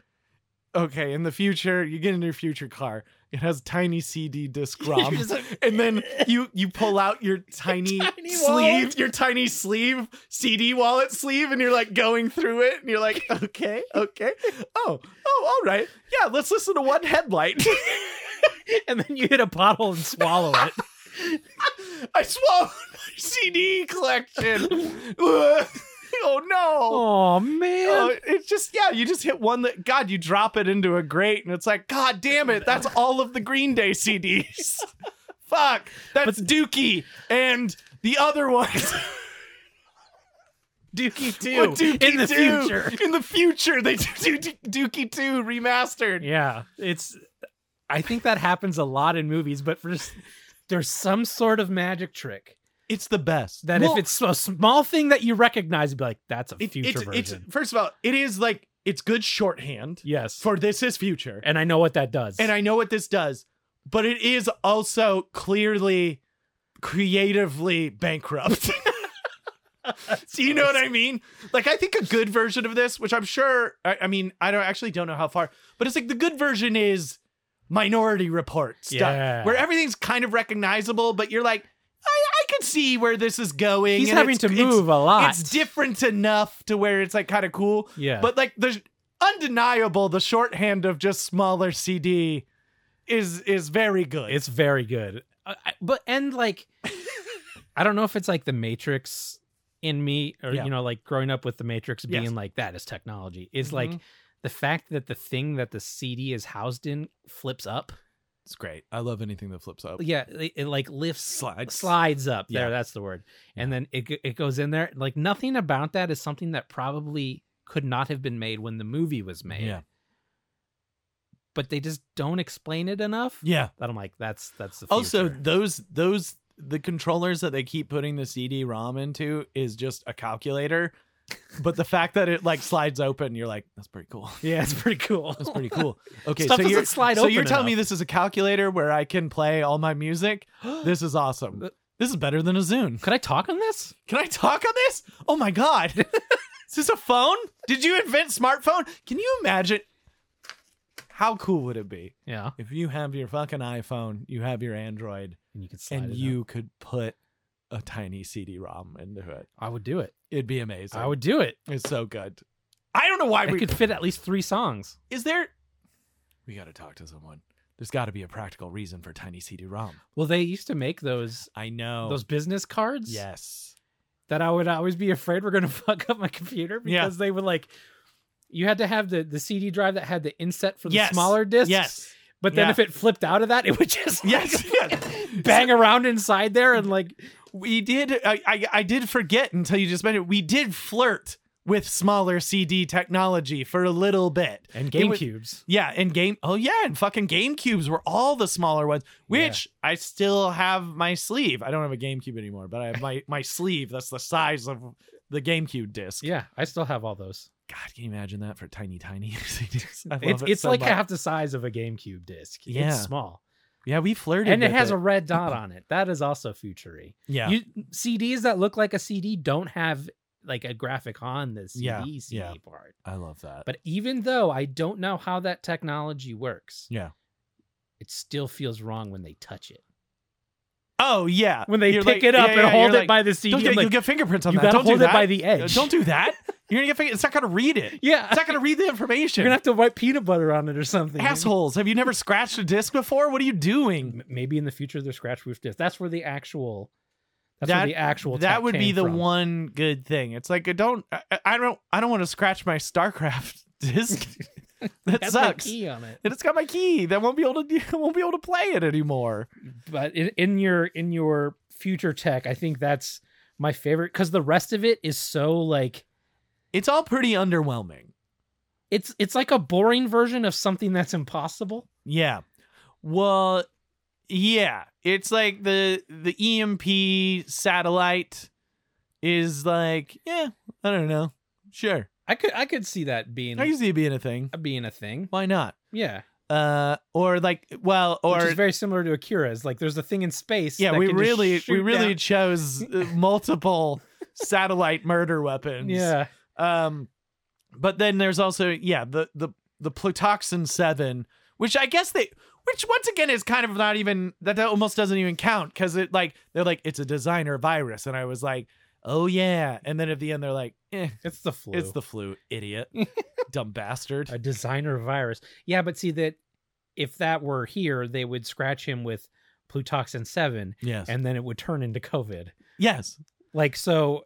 S2: okay in the future you get in your future car it has tiny cd
S3: (laughs)
S2: disc rom
S3: It's a-
S2: and
S3: (laughs)
S2: then you you pull out your tiny,
S3: Tiny
S2: sleeve
S3: wallet.
S2: your tiny sleeve cd wallet sleeve and you're like going through it and you're like
S3: (laughs)
S2: okay okay oh oh all right yeah let's listen to one headlight (laughs)
S3: and then you hit a bottle and swallow (laughs) it.
S2: i swallowed my cd
S3: (laughs)
S2: collection (laughs) oh no
S3: oh man.
S2: Oh, it's just yeah, you just hit one that God, you drop it into a grate, and it's like God damn it, that's all of the Green Day CDs. (laughs) Fuck, that's Dookie and the other
S3: (laughs)
S2: ones.
S3: Dookie
S2: What Dookie
S3: in the
S2: 2?
S3: future.
S2: in the future they (laughs) do do- Dookie two remastered.
S3: Yeah, it's. I think that happens a lot in movies, but for s- there's some sort of magic trick
S2: It's the best.
S3: that if it's a small thing that you recognize, you'd be like, "That's a future
S2: it's,
S3: version."
S2: it's first of all, it is like it's good shorthand
S3: yes,
S2: for this is future.
S3: and I know what that does.
S2: and I know what this does, but it is also clearly creatively bankrupt. (laughs) Do you know what I mean? Like, I think a good version of this, which I'm sure, I, I mean, I don't actually don't know how far, but it's like the good version is Minority Report stuff,
S3: Yeah.
S2: where everything's kind of recognizable, but you're like, I, I could see where this is going.
S3: he's
S2: and
S3: having
S2: it's-
S3: to
S2: it's-
S3: move a lot.
S2: It's different enough to where it's like kind of cool,
S3: yeah,
S2: but like there's undeniable the shorthand of just smaller CD is is very good.
S3: It's very good. I- I- but
S2: (laughs)
S3: and like, I don't know if it's like the Matrix in me, or
S2: Yeah.
S3: you know, like growing up with the Matrix
S2: Yes.
S3: being like that is technology. Is
S2: Mhm.
S3: like the fact that the thing that the CD is housed in flips up.
S2: it's great. I love anything that flips up.
S3: Yeah, it, it, like lifts
S2: Slides.
S3: slides up.
S2: Yeah.
S3: There, that's the word. And then it g- it goes in there. Like nothing about that is something that probably could not have been made when the movie was made.
S2: Yeah.
S3: But they just don't explain it enough.
S2: Yeah.
S3: That I'm like, that's that's the
S2: Also,
S3: future.
S2: those those the controllers that they keep putting the CD-ROM into is just a calculator, but the fact that it like slides open, you're like, that's pretty cool.
S3: Yeah, it's pretty cool.
S2: (laughs) That's pretty cool. Okay,
S3: Stuff
S2: so
S3: doesn't
S2: you're
S3: slide
S2: so
S3: open
S2: you're telling
S3: enough.
S2: me this is a calculator where I can play all my (gasps) music. This is awesome. This is better than a Zune.
S3: (laughs) Could I talk on this?
S2: Can I talk on this? Oh my god. (laughs) Is this a phone? Did you invent smartphone? Can you imagine how cool would it be
S3: Yeah.
S2: if you have your fucking iPhone, you have your Android,
S3: And you could slide
S2: and
S3: it
S2: you could put a tiny CD-ROM into it?
S3: up. I would do it.
S2: It'd be amazing.
S3: I would do it.
S2: It's so good. I don't know why
S3: I
S2: we
S3: could fit at least three songs.
S2: Is there We got to talk to someone. There's got to be a practical reason for tiny CD-ROM.
S3: Well, they used to make those
S2: I know.
S3: those business cards.
S2: yes.
S3: That I would always be afraid were going to (laughs) fuck up my computer because
S2: Yeah.
S3: they would like. You had to have the, the CD drive that had the inset for the
S2: Yes.
S3: smaller discs.
S2: Yes.
S3: But then
S2: Yeah.
S3: if it flipped out of that, it would (laughs) just like,
S2: Yes. yes.
S3: (laughs) bang around inside there and like
S2: we did I, I i did forget until you just mentioned it. we did flirt with smaller cd technology for a little bit
S3: and
S2: It was-
S3: GameCubes.
S2: yeah and game oh yeah and fucking gamecubes were all the smaller ones which i still have my sleeve i don't have a gamecube anymore but i have my my sleeve that's the size of the gamecube disc
S3: Yeah, I still have all those.
S2: God, can you imagine that for tiny, tiny (laughs) CDs? I love
S3: It's
S2: it
S3: it's
S2: so
S3: like
S2: much.
S3: half the size of a GameCube disc.
S2: Yeah.
S3: It's small.
S2: yeah, we flirted,
S3: And it
S2: with
S3: has
S2: (laughs)
S3: a red dot on it. That is also futury.
S2: yeah,
S3: You CDs that look like a CD don't have like a graphic on the CD
S2: Yeah,
S3: CD
S2: yeah.
S3: part.
S2: I love that.
S3: But even though I don't know how that technology works,
S2: Yeah.
S3: it still feels wrong when they touch it.
S2: oh yeah,
S3: When they
S2: You're
S3: pick
S2: like-
S3: it up
S2: yeah,
S3: and
S2: yeah,
S3: hold
S2: you're
S3: it
S2: like,
S3: by the CD,
S2: don't get,
S3: I'm like,
S2: you'll get fingerprints on
S3: you
S2: that.
S3: gotta
S2: Don't
S3: hold
S2: do
S3: it
S2: that.
S3: by the edge.
S2: Don't do that. You're gonna get fing- It's not gonna read it.
S3: (laughs) yeah,
S2: It's not gonna read the information.
S3: (laughs) you're gonna have to wipe peanut butter on it or something.
S2: Assholes, have you never scratched a disc before? What are you doing?
S3: M- Maybe in the future they're scratch proof discs. That's where the actual. That's
S2: That-
S3: where the actual.
S2: that
S3: tech
S2: would be
S3: came
S2: the
S3: from.
S2: one good thing. It's like I don't, I, I don't, I don't want to scratch my StarCraft (laughs)
S3: (laughs)
S2: disc. that
S3: That's my
S2: sucks.
S3: key on it.
S2: And it's got my key. That won't be able to, (laughs) I won't be able to play it anymore.
S3: but in, in your in your future tech i think that's my favorite because the rest of it is so like
S2: It's all pretty underwhelming.
S3: it's it's like a boring version of something that's impossible
S2: Yeah. Well, yeah. It's like the the EMP satellite is like, yeah, I don't know. Sure.
S3: i could i could see that being
S2: I can see it being a thing.
S3: being a thing
S2: Why not?
S3: yeah
S2: Uh or like well or
S3: which is very similar to akira's like there's a thing in space
S2: yeah,
S3: that
S2: we
S3: can just
S2: really we
S3: shoot
S2: really
S3: down-
S2: chose
S3: (laughs)
S2: uh, multiple satellite murder weapons.
S3: yeah
S2: Um, but then there's also yeah the the the Plutoxin Seven, which I guess they, which once again is kind of not even that, that almost doesn't even count because it like they're like it's a designer virus, and I was like, oh yeah, and then at the end they're like, eh,
S3: it's the flu
S2: it's the flu, idiot, dumb bastard.
S3: a designer virus yeah but see that if that were here they would scratch him with plutoxin 7
S2: yes,
S3: and then it would turn into covid
S2: yes,
S3: Like so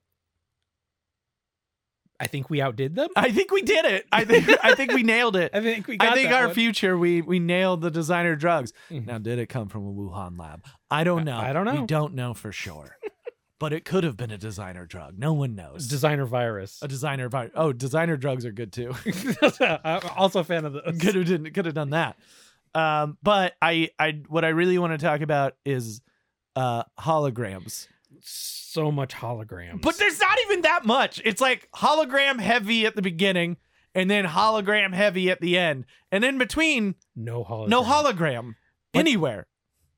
S3: I think we outdid them.
S2: I think we did it. I think I think we nailed it.
S3: I think we
S2: I think our future we we nailed the designer drugs.
S3: Mhm.
S2: Now, did it come from a Wuhan lab? I don't know.
S3: I- I don't know.
S2: We don't know for
S3: (laughs)
S2: sure. but it could have been a designer drug. No one knows.
S3: designer virus.
S2: a designer vi- Oh, designer drugs are good
S3: (laughs)
S2: too. (laughs)
S3: I'm also a fan of those.
S2: could have didn't could have done that. Um, but I I what I really want to talk about is uh holograms.
S3: So much holograms.
S2: But there's not even that much. It's like hologram heavy at the beginning and then hologram heavy at the end. And in between,
S3: no hologram.
S2: no hologram
S3: But-
S2: anywhere.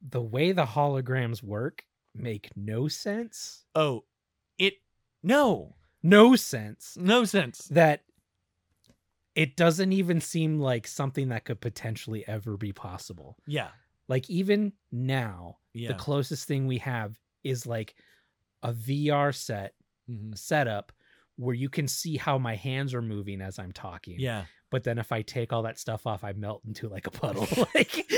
S3: The way the holograms work make no sense.
S2: Oh, it no,
S3: No sense
S2: no sense.
S3: that it doesn't even seem like something that could potentially ever be possible.
S2: Yeah,
S3: Like even now,
S2: yeah.
S3: the closest thing we have is like a VR set Mm-hmm.
S2: Mhm.
S3: setup where you can see how my hands are moving as I'm talking.
S2: Yeah,
S3: But then if I take all that stuff off, I melt into like
S2: (laughs)
S3: a puddle. (laughs) like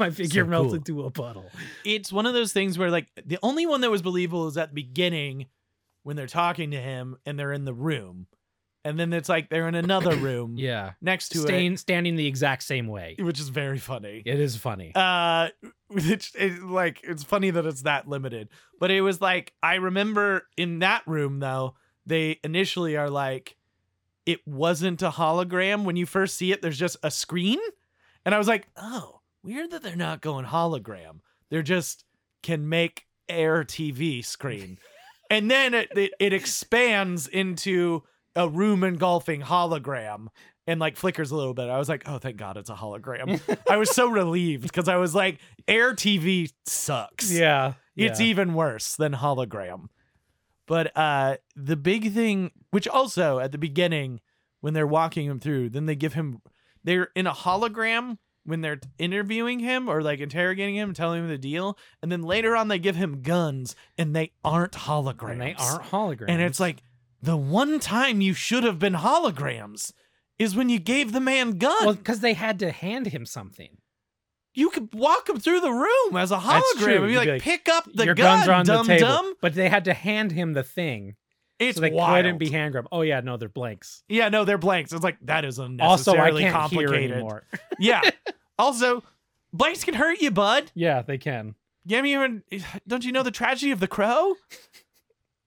S3: my figure
S2: So
S3: melts
S2: cool. Mm.
S3: into a puddle.
S2: it's one of those things where like the only one that was believable is at the beginning when they're talking to him and they're in the room, and then it's like they're in
S3: (coughs)
S2: another room
S3: Yeah.
S2: next to
S3: Stain, standing the exact same way.
S2: it, which is very funny.
S3: It is funny.
S2: Uh, (laughs) which it, like it's funny that it's that limited, but it was like I remember in that room though they initially are like, it wasn't a hologram when you first see it. There's just a screen, and I was like, oh, weird that they're not going hologram. They're just can make air TV screen, and then it it, it expands into a room engulfing hologram and like flickers a little bit. I was like, oh, thank God it's a hologram. I was so relieved because I was like, air TV sucks.
S3: yeah.
S2: It's even worse than hologram. But uh the big thing, which also at the beginning, when they're walking him through, then they give him they're in a hologram when they're interviewing him or like interrogating him, telling him the deal, and then later on they give him guns and they aren't holograms.
S3: and they aren't holograms.
S2: And it's like the one time you should have been holograms is when you gave the man guns.
S3: well, because they had to hand him something.
S2: you could walk him through the room as a
S3: That's true.
S2: hologram and be
S3: You'd
S2: like,
S3: be like,
S2: pick up the
S3: Your
S2: gun,
S3: guns are on
S2: dumb
S3: the table,
S2: dumb.
S3: but they had to hand him the thing,
S2: It's
S3: so they
S2: wild.
S3: couldn't be hand grabbed. Oh yeah, no, they're blanks.
S2: yeah, no, they're blanks. It's like that is
S3: Also, I
S2: unnecessarily
S3: can't hear
S2: complicated.
S3: anymore.
S2: (laughs)
S3: (laughs)
S2: yeah. Also, blanks can hurt you, bud.
S3: yeah, they can.
S2: Yeah, I mean, don't you know the tragedy of the crow?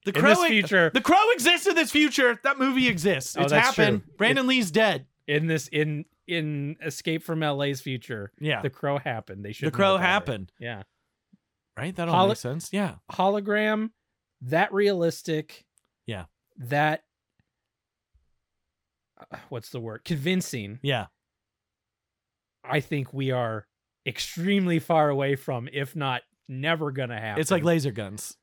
S2: The
S3: In
S2: crow.
S3: this future,
S2: the crow exists in this future. That movie exists.
S3: Oh,
S2: it's
S3: that's
S2: happened.
S3: true.
S2: Brandon Lee's dead.
S3: in this in in Escape from LA's future,
S2: Yeah,
S3: the crow happened. They should.
S2: the crow happened.
S3: Yeah,
S2: Right? That all
S3: Hol-
S2: makes sense. Yeah.
S3: hologram, that realistic.
S2: Yeah.
S3: that uh, what's the word? Convincing.
S2: Yeah.
S3: I think we are extremely far away from, if not never gonna happen.
S2: It's like laser guns.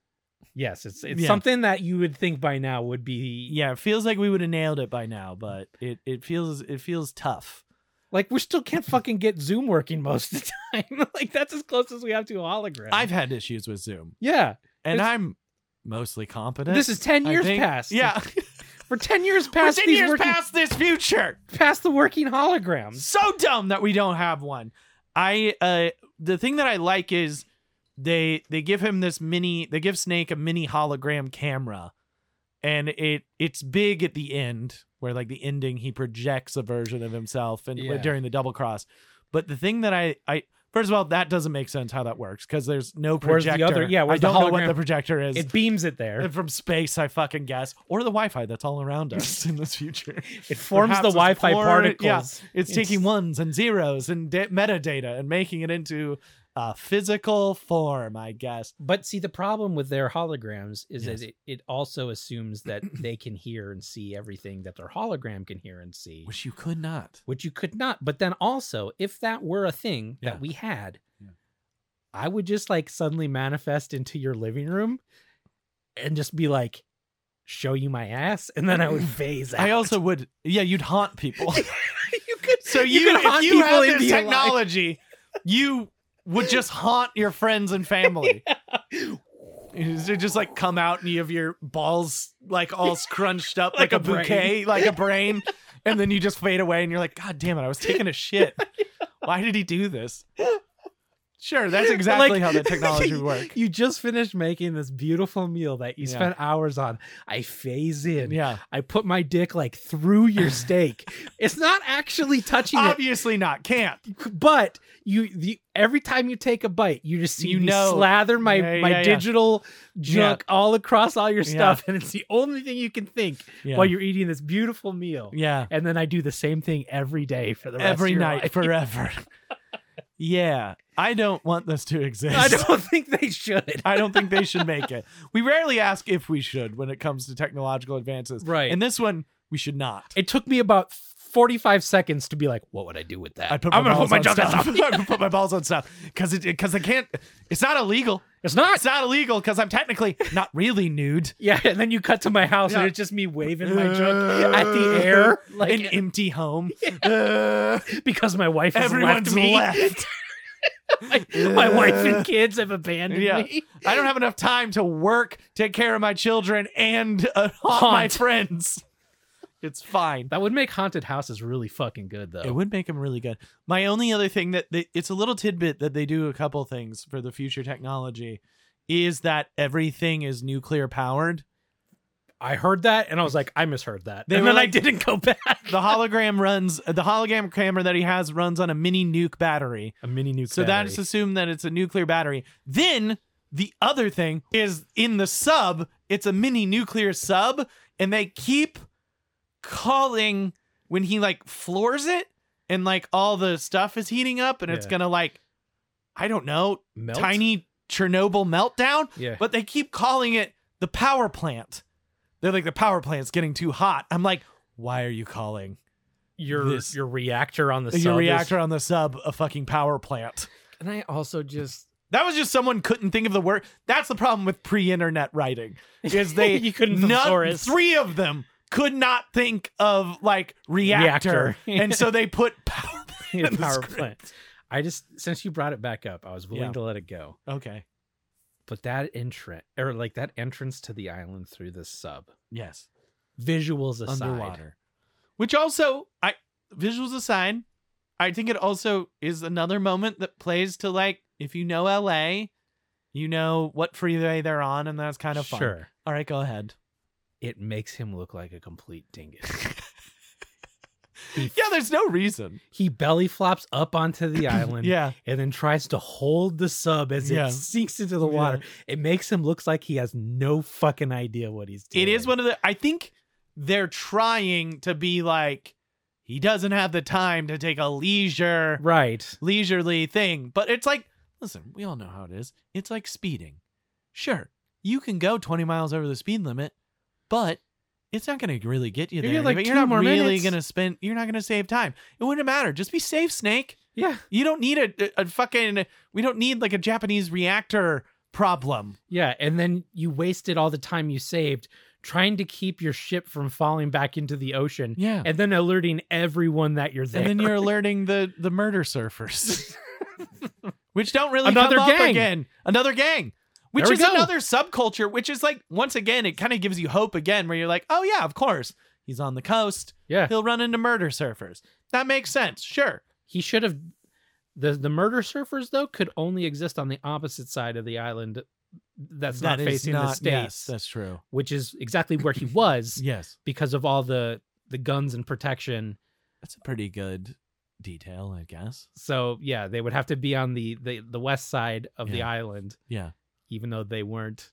S3: yes, it's it's
S2: Yeah.
S3: something that you would think by now would be
S2: Yeah, it feels like we would have nailed it by now, but it, it feels it feels tough.
S3: Like we still can't fucking get Zoom working most of the (laughs) time. like that's as close as we have to a hologram.
S2: I've had issues with Zoom,
S3: yeah.
S2: and
S3: It's-
S2: I'm mostly competent.
S3: This is ten
S2: I
S3: years
S2: think.
S3: past.
S2: Yeah,
S3: for ten years
S2: we're (laughs)
S3: past
S2: 10
S3: these
S2: years
S3: working, past-,
S2: past this future.
S3: the working holograms.
S2: So dumb that we don't have one. I uh the thing that I like is they they give him this mini they give Snake a mini hologram camera and it it's big at the end where like the ending he projects a version of himself and
S3: Yeah.
S2: during the double cross. But the thing that I I first of all that doesn't make sense how that works cuz there's no
S3: Where's the
S2: projector.
S3: other- yeah,
S2: I
S3: where's the
S2: don't know what
S3: hologram?
S2: the projector is.
S3: It beams it there.
S2: and from space, I fucking guess, or the Wi-Fi that's all around (laughs) us in this future.
S3: It forms
S2: Perhaps
S3: the
S2: it's
S3: Wi-Fi
S2: more-
S3: particles.
S2: yeah, it's,
S3: It's-
S2: taking ones and zeros and da- metadata and making it into a physical form, I guess.
S3: But see, the problem with their holograms is
S2: Yes.
S3: that it, it also assumes (clears throat) that they can hear and see everything that their hologram can hear and see,
S2: Which you could not.
S3: which you could not. But then also, if that were a thing
S2: Yeah.
S3: that we had,
S1: Yeah.
S3: I would just like suddenly manifest into your living room and just be like, show you my ass. And then I would (laughs) phase out.
S2: I also would. Yeah, you'd haunt people.
S3: (laughs) you could,
S2: so you,
S3: could
S2: if
S3: haunt
S2: you
S3: people
S2: had
S3: into
S2: this
S3: your life.
S2: technology, you would just haunt your friends and
S3: (laughs)
S2: family. They just like come out and you have your balls like
S3: (laughs)
S2: all scrunched up like,
S3: Like
S2: a,
S3: a brain.
S2: bouquet, like a
S3: (laughs)
S2: brain, and then you just fade away and you're like, God damn it, I was taking a
S3: (laughs)
S2: shit. Why did he do this? Sure, that's exactly
S3: Like-
S2: how
S3: (laughs)
S2: that technology would work.
S3: You just finished making this beautiful meal that you
S2: Yeah.
S3: spent hours on. I phase in.
S2: Yeah.
S3: I put my dick like through
S2: (laughs)
S3: your steak. it's not actually touching
S2: Obviously not. Can't.
S3: it, but you the every time you take a bite, you just see
S2: You
S3: me
S2: know.
S3: slather my
S2: Yeah,
S3: my
S2: yeah, yeah.
S3: digital junk all across all your
S2: Yeah.
S3: stuff, and it's the only thing you can think
S2: Yeah.
S3: (laughs) while you're eating this beautiful meal.
S2: yeah.
S3: And then I do the same thing every day for the rest of
S2: Every
S3: your
S2: night
S3: life. (laughs)
S2: forever. (laughs) yeah. I don't want this to exist.
S3: I don't think they should.
S2: I don't think they should make it. We rarely ask if we should when it comes to technological advances.
S3: Right.
S2: And this one, we should not.
S3: It took me about 45 seconds to be like, what would I do with that?
S2: I put my
S3: I'm gonna
S2: balls
S3: put my
S2: on
S3: junk on
S2: stuff.
S3: top.
S2: I'm (laughs) gonna put my balls on stuff because it because I can't. It's not illegal.
S3: It's not.
S2: It's not illegal because I'm technically not really nude.
S3: Yeah, and then you cut to my house
S2: Yeah.
S3: and it's just me waving
S2: (laughs)
S3: my junk at the air, (laughs) like
S2: An empty
S3: (laughs)
S2: home. (laughs)
S3: because my wife has
S2: Everyone's
S3: left me. (laughs)
S2: left.
S3: my, my wife and kids have abandoned
S2: Yeah.
S3: me.
S2: I don't have enough time to work, take care of my children, and uh, (laughs) haunt my
S3: Haunt.
S2: friends. It's fine.
S3: That would make haunted houses really fucking good, though.
S2: It would make them really good. My only other thing that they, it's a little tidbit that they do a couple things for the future technology is that everything is nuclear powered.
S3: I heard that and I was like, I misheard that.
S2: They
S3: and
S2: were
S3: then I
S2: like-
S3: didn't go back.
S2: (laughs) The hologram runs the hologram camera that he has runs on a mini nuke battery.
S3: A mini nuke.
S2: So that's assumed that it's a nuclear battery. Then the other thing is in the sub, it's a mini nuclear sub, and they keep calling when he like floors it and like all the stuff is heating up and it's
S3: Yeah.
S2: gonna like I don't know, tiny Chernobyl meltdown,
S3: Yeah.
S2: but they keep calling it the power plant. They're like the power plant's getting too hot. I'm like, why are you calling
S3: your
S2: this-
S3: your reactor on the sub
S2: your
S3: is-
S2: reactor on the sub a fucking power plant?
S3: and I also just
S2: That was just someone couldn't think of the word. That's the problem with pre-internet writing
S3: (laughs)
S2: is they
S3: You couldn't
S2: none-
S3: thesaurus.
S2: three of them could not think of like reactor,
S3: Reactor.
S2: (laughs) and so they
S3: (laughs)
S2: put power. (laughs)
S3: need
S2: in
S3: a
S2: the
S3: power
S2: script.
S3: plant. I just since you brought it back up, I was willing
S2: Yeah.
S3: to let it go.
S2: Okay.
S3: But that entrance or like that entrance to the island through the sub.
S2: Yes.
S3: Visuals aside.
S2: Underwater. Which also, I visuals aside, I think it also is another moment that plays to like if you know L.A., you know what freeway they're on, and that's kind of fun.
S3: Sure.
S2: All right, go ahead.
S3: It makes him look like a complete dingus. (laughs)
S2: Yeah, there's no reason.
S3: he belly flops up
S2: (laughs)
S3: onto the island
S2: Yeah.
S3: and then tries to hold the sub as
S2: Yeah.
S3: it sinks into the
S2: Yeah.
S3: water. It makes him look like he has no fucking idea what he's doing.
S2: It is one of the. I think they're trying to be like he doesn't have the time to take a leisure,
S3: Right.
S2: leisurely thing. But it's like, listen, we all know how it is. It's like speeding. Sure, you can go 20 miles over the speed limit, but it's not going to really get you
S3: You
S2: there.
S3: get, like,
S2: but you're
S3: two
S2: not
S3: more
S2: really
S3: minutes.
S2: going to spend. You're not going to save time. It wouldn't matter. Just be safe, Snake.
S3: Yeah.
S2: You don't need a, a fucking. We don't need like a Japanese reactor problem.
S3: Yeah, and then you wasted all the time you saved trying to keep your ship from falling back into the ocean
S2: Yeah.
S3: and then alerting everyone that you're there.
S2: And then
S3: (laughs)
S2: you're alerting the the murder surfers, which don't really
S3: Another
S2: come up
S3: gang.
S2: again. Another gang, which
S3: There we
S2: is
S3: go.
S2: another subculture. Which is like once again, it kind of gives you hope again, where you're like, oh yeah, of course, he's on the coast.
S3: yeah.
S2: He'll run into murder surfers. That makes sense. Sure.
S3: He should have the the murder surfers though could only exist on the opposite side of the island that's not
S2: That is
S3: facing the
S2: not- yes,
S3: states,
S2: that's true.
S3: which is exactly
S2: (clears throat)
S3: where he was
S2: Yes,
S3: because of all the the guns and protection.
S2: that's a pretty good detail, I guess.
S3: So yeah, they would have to be on the the, the west side of the
S2: Yeah.
S3: island
S2: Yeah,
S3: even though they weren't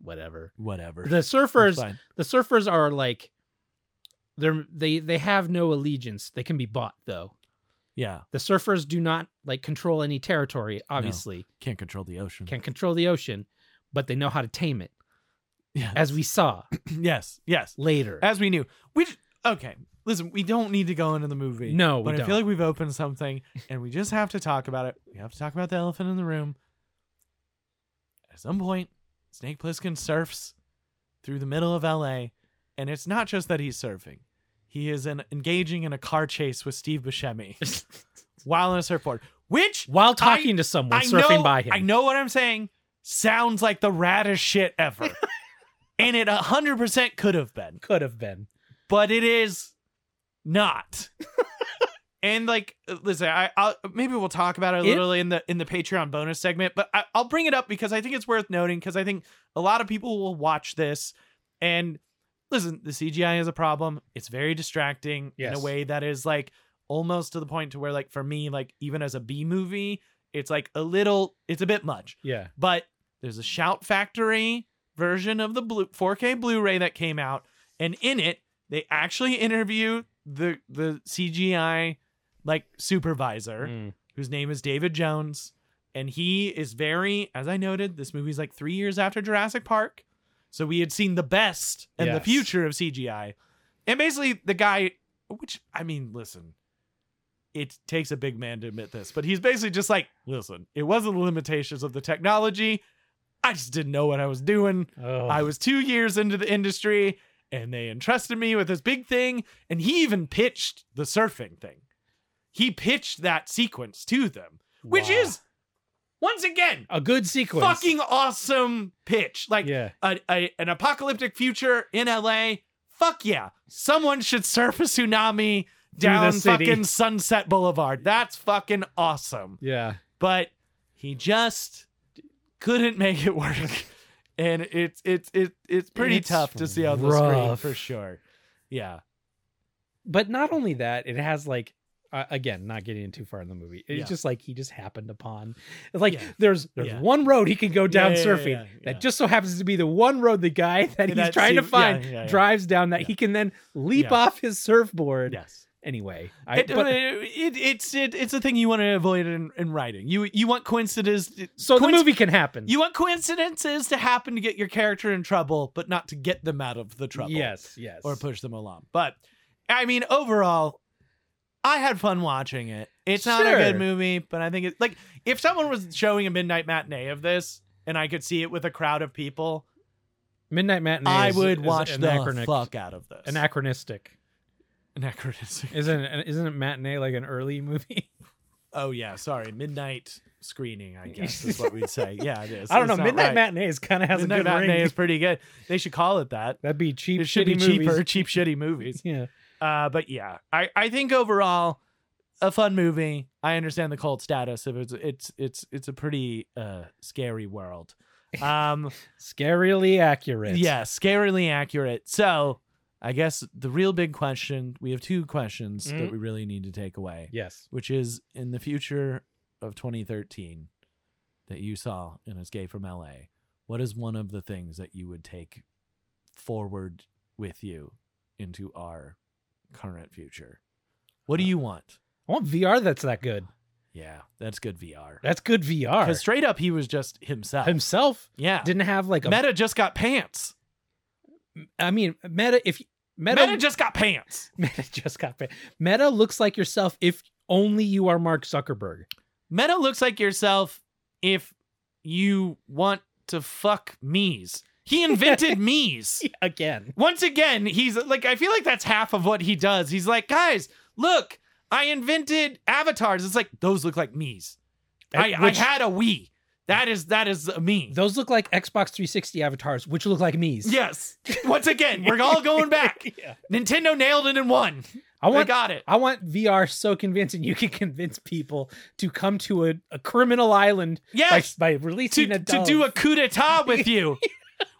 S3: whatever.
S2: whatever.
S3: The
S2: That's
S3: surfers
S2: fine.
S3: the surfers are like they're they they have no allegiance they can be bought though
S2: yeah,
S3: the surfers do not like control any territory obviously
S2: can't control the ocean.
S3: can't control the ocean but they know how to tame it
S2: Yeah.
S3: as we saw
S2: (laughs) yes, yes.
S3: later
S2: As we knew, we j- okay. Listen, we don't need to go into the movie.
S3: No, we
S2: but I
S3: don't.
S2: feel like we've opened something, and we just have to talk about it. We have to talk about the elephant in the room. At some point, Snake Plissken surfs through the middle of L.A., and it's not just that he's surfing; he is an, engaging in a car chase with Steve
S3: (laughs)
S2: Buscemi while on a surfboard, which
S3: while
S2: I-
S3: talking to someone
S2: I
S3: surfing
S2: know,
S3: by him
S2: I know what I'm saying. Sounds like the raddest shit
S3: (laughs)
S2: ever. and it 100% could have been,
S3: could have been
S2: but it is not. and like listen, I I'll, maybe we'll talk about it
S3: It-
S2: literally in the in the Patreon bonus segment, but I, I'll bring it up because I think it's worth noting cuz I think a lot of people will watch this and listen, the CGI is a problem. It's very distracting in a
S3: Yes.
S2: way that is like almost to the point to where like for me like even as a B movie, it's like a little it's a bit much.
S3: yeah
S2: But there's a Shout Factory version of the blue 4K Blu-ray that came out, and in it they actually interview the the CGI like supervisor
S3: Mm.
S2: whose name is David Jones, and he is very, as I noted, this movie's like three years after Jurassic Park, so we had seen the best and the
S3: Yes.
S2: future of CGI, and basically the guy, which I mean, listen. It takes a big man to admit this, but he's basically just like, listen, it wasn't the limitations of the technology. I just didn't know what I was doing.
S3: oh
S2: I was two years into the industry and they entrusted me with this big thing. And he even pitched the surfing thing. He pitched that sequence to them, which
S3: Wow.
S2: is, once again,
S3: a good sequence
S2: fucking awesome pitch. Like
S3: yeah
S2: a, a, an apocalyptic future in LA. Fuck yeah. Someone should surf a tsunami
S3: Through the
S2: down
S3: city.
S2: fucking Sunset Boulevard. That's fucking awesome
S3: yeah
S2: but he just couldn't make it
S3: (laughs)
S2: work. And it's it's it's it's pretty
S3: It's
S2: tough to see on the screen
S3: rough.
S2: for sure. Yeah.
S3: but not only that, it has like uh, again, not getting too far in the movie. It's
S2: Yeah.
S3: just like he just happened upon like
S2: Yeah.
S3: there's there's
S2: Yeah.
S3: one road he can go down
S2: yeah, yeah,
S3: surfing
S2: yeah, yeah.
S3: that just so happens to be the one road the guy (laughs) that he's
S2: That
S3: trying to
S2: seem- yeah,
S3: find
S2: yeah, yeah.
S3: drives down that
S2: Yeah.
S3: he can then leap
S2: Yeah.
S3: off his surfboard.
S2: Yes.
S3: Anyway, I,
S2: It, uh,
S3: but,
S2: it- it's it, it's a thing you want to avoid in, in writing. You you want coincidences.
S3: so the
S2: coinc-
S3: movie can happen.
S2: You want coincidences to happen to get your character in trouble, but not to get them out of the trouble.
S3: Yes, yes.
S2: Or push them along. But I mean, overall, I had fun watching it. It's not a good
S3: Sure.
S2: movie, but I think it's like if someone was showing a midnight matinee of this and I could see it with a crowd of people,
S3: Midnight Matinee.
S2: I
S3: is-
S2: would
S3: is
S2: watch the
S3: anachronic-
S2: fuck out of this.
S3: Anachronistic.
S2: Anachronistic. (laughs)
S3: Isn't isn't matinee like an early movie? (laughs)
S2: Oh yeah, sorry. Midnight screening, I guess is what we'd
S3: (laughs)
S2: say. Yeah, it is.
S3: I don't
S2: It's not
S3: know. Midnight
S2: right.
S3: Matinee is kind of has
S2: Midnight
S3: a good
S2: matinee
S3: ring.
S2: is pretty good. They should call it that.
S3: That'd be cheap.
S2: It should
S3: shitty
S2: be
S3: movies.
S2: cheaper, cheap shitty movies.
S3: (laughs) Yeah.
S2: Uh, but yeah, I, I think overall a fun movie. I understand the cult status of it's it's it's it's a pretty uh scary world. Um
S3: Scarily accurate.
S2: yeah, scarily accurate. So I guess the real big question we have two questions that
S3: Mhm.
S2: we really need to take away,
S3: Yes.
S2: which is in the future of 2013 that you saw in Escape from LA, what is one of the things that you would take forward with you into our current future? What do you want?
S3: I want VR that's that good.
S2: Yeah, that's good VR.
S3: That's good VR.
S2: Because straight up, he was just himself.
S3: Himself
S2: yeah.
S3: didn't have like a
S2: Meta just got pants.
S3: I mean, Meta. If Meta,
S2: Meta, just got pants.
S3: (laughs) Meta just got banned. Meta looks like yourself if only you are Mark
S2: (laughs)
S3: Zuckerberg.
S2: Meta looks like yourself if you want to fuck me's. He (laughs) invented me's.
S3: Again.
S2: Once again, he's like, I feel like that's half of what he does. He's like, guys, look, I invented avatars. It's like, those look like me's. I,
S3: Which-
S2: I had a Wii. That is that is a me.
S3: Those look like Xbox 360 avatars, which look like me's.
S2: Yes. Once again, we're all going back.
S3: (laughs) Yeah.
S2: Nintendo nailed it in one.
S3: I
S2: They
S3: want
S2: got it.
S3: I want VR so convincing you can (laughs) convince people to come to a, a criminal island
S2: Yes.
S3: by, by releasing
S2: to,
S3: a
S2: to
S3: dove.
S2: do a coup
S3: (laughs)
S2: d'etat with you,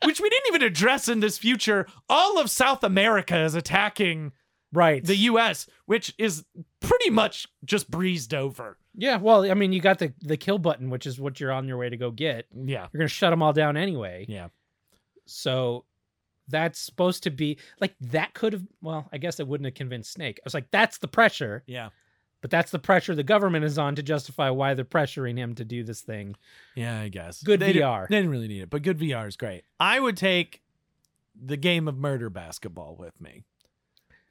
S2: which we didn't even address in this future. All of South America is attacking
S3: right.
S2: the U.S., which is pretty much just breezed over.
S3: yeah, well, I mean, you got the the kill button, which is what you're on your way to go get.
S2: Yeah.
S3: You're gonna shut them all down anyway.
S2: Yeah.
S3: So that's supposed to be like that could have. Well, I guess it wouldn't have convinced Snake. I was like, that's the pressure,
S2: Yeah.
S3: but that's the pressure the government is on to justify why they're pressuring him to do this thing.
S2: Yeah, I guess.
S3: Good
S2: They di-
S3: VR.
S2: they didn't really need it, but good VR is great. I would take the game of murder basketball with me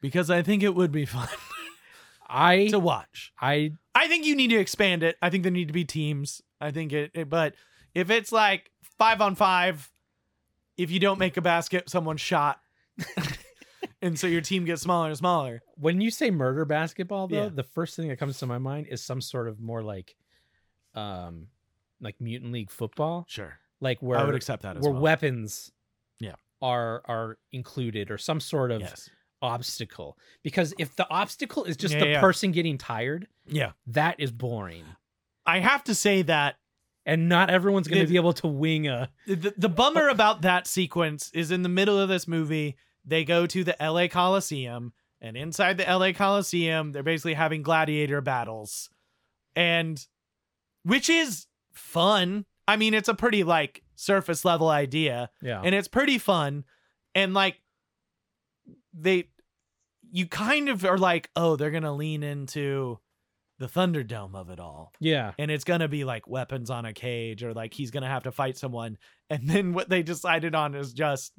S2: because I think it would be (laughs) fun
S3: I
S2: to watch.
S3: I
S2: I think you need to expand it. I think there need to be teams. I think it, it- but if it's like five on five, if you don't make a basket, someone's shot.
S3: (laughs)
S2: and so your team gets smaller and smaller.
S3: when you say murder basketball though,
S2: Yeah.
S3: the first thing that comes to my mind is some sort of more like, um, like mutant league football,
S2: Sure.
S3: like where
S2: I would accept that as
S3: where
S2: well.
S3: weapons,
S2: Yeah.
S3: are are included or some sort of
S2: yes.
S3: obstacle. Because if the obstacle is just
S2: Yeah,
S3: the
S2: yeah.
S3: person getting tired,
S2: Yeah.
S3: that is boring.
S2: I have to say that
S3: and not everyone's going
S2: Did-
S3: to be able to wing a
S2: the, the bummer about that sequence is in the middle of this movie, they go to the LA Coliseum, and inside the LA Coliseum, they're basically having gladiator battles. And which is fun. I mean, it's a pretty like surface level idea,
S3: yeah
S2: and it's pretty fun. And like they you kind of are like, oh, they're gonna lean into the Thunderdome of it all
S3: yeah
S2: and it's gonna be like weapons on a cage or like he's gonna have to fight someone and then what they decided on is just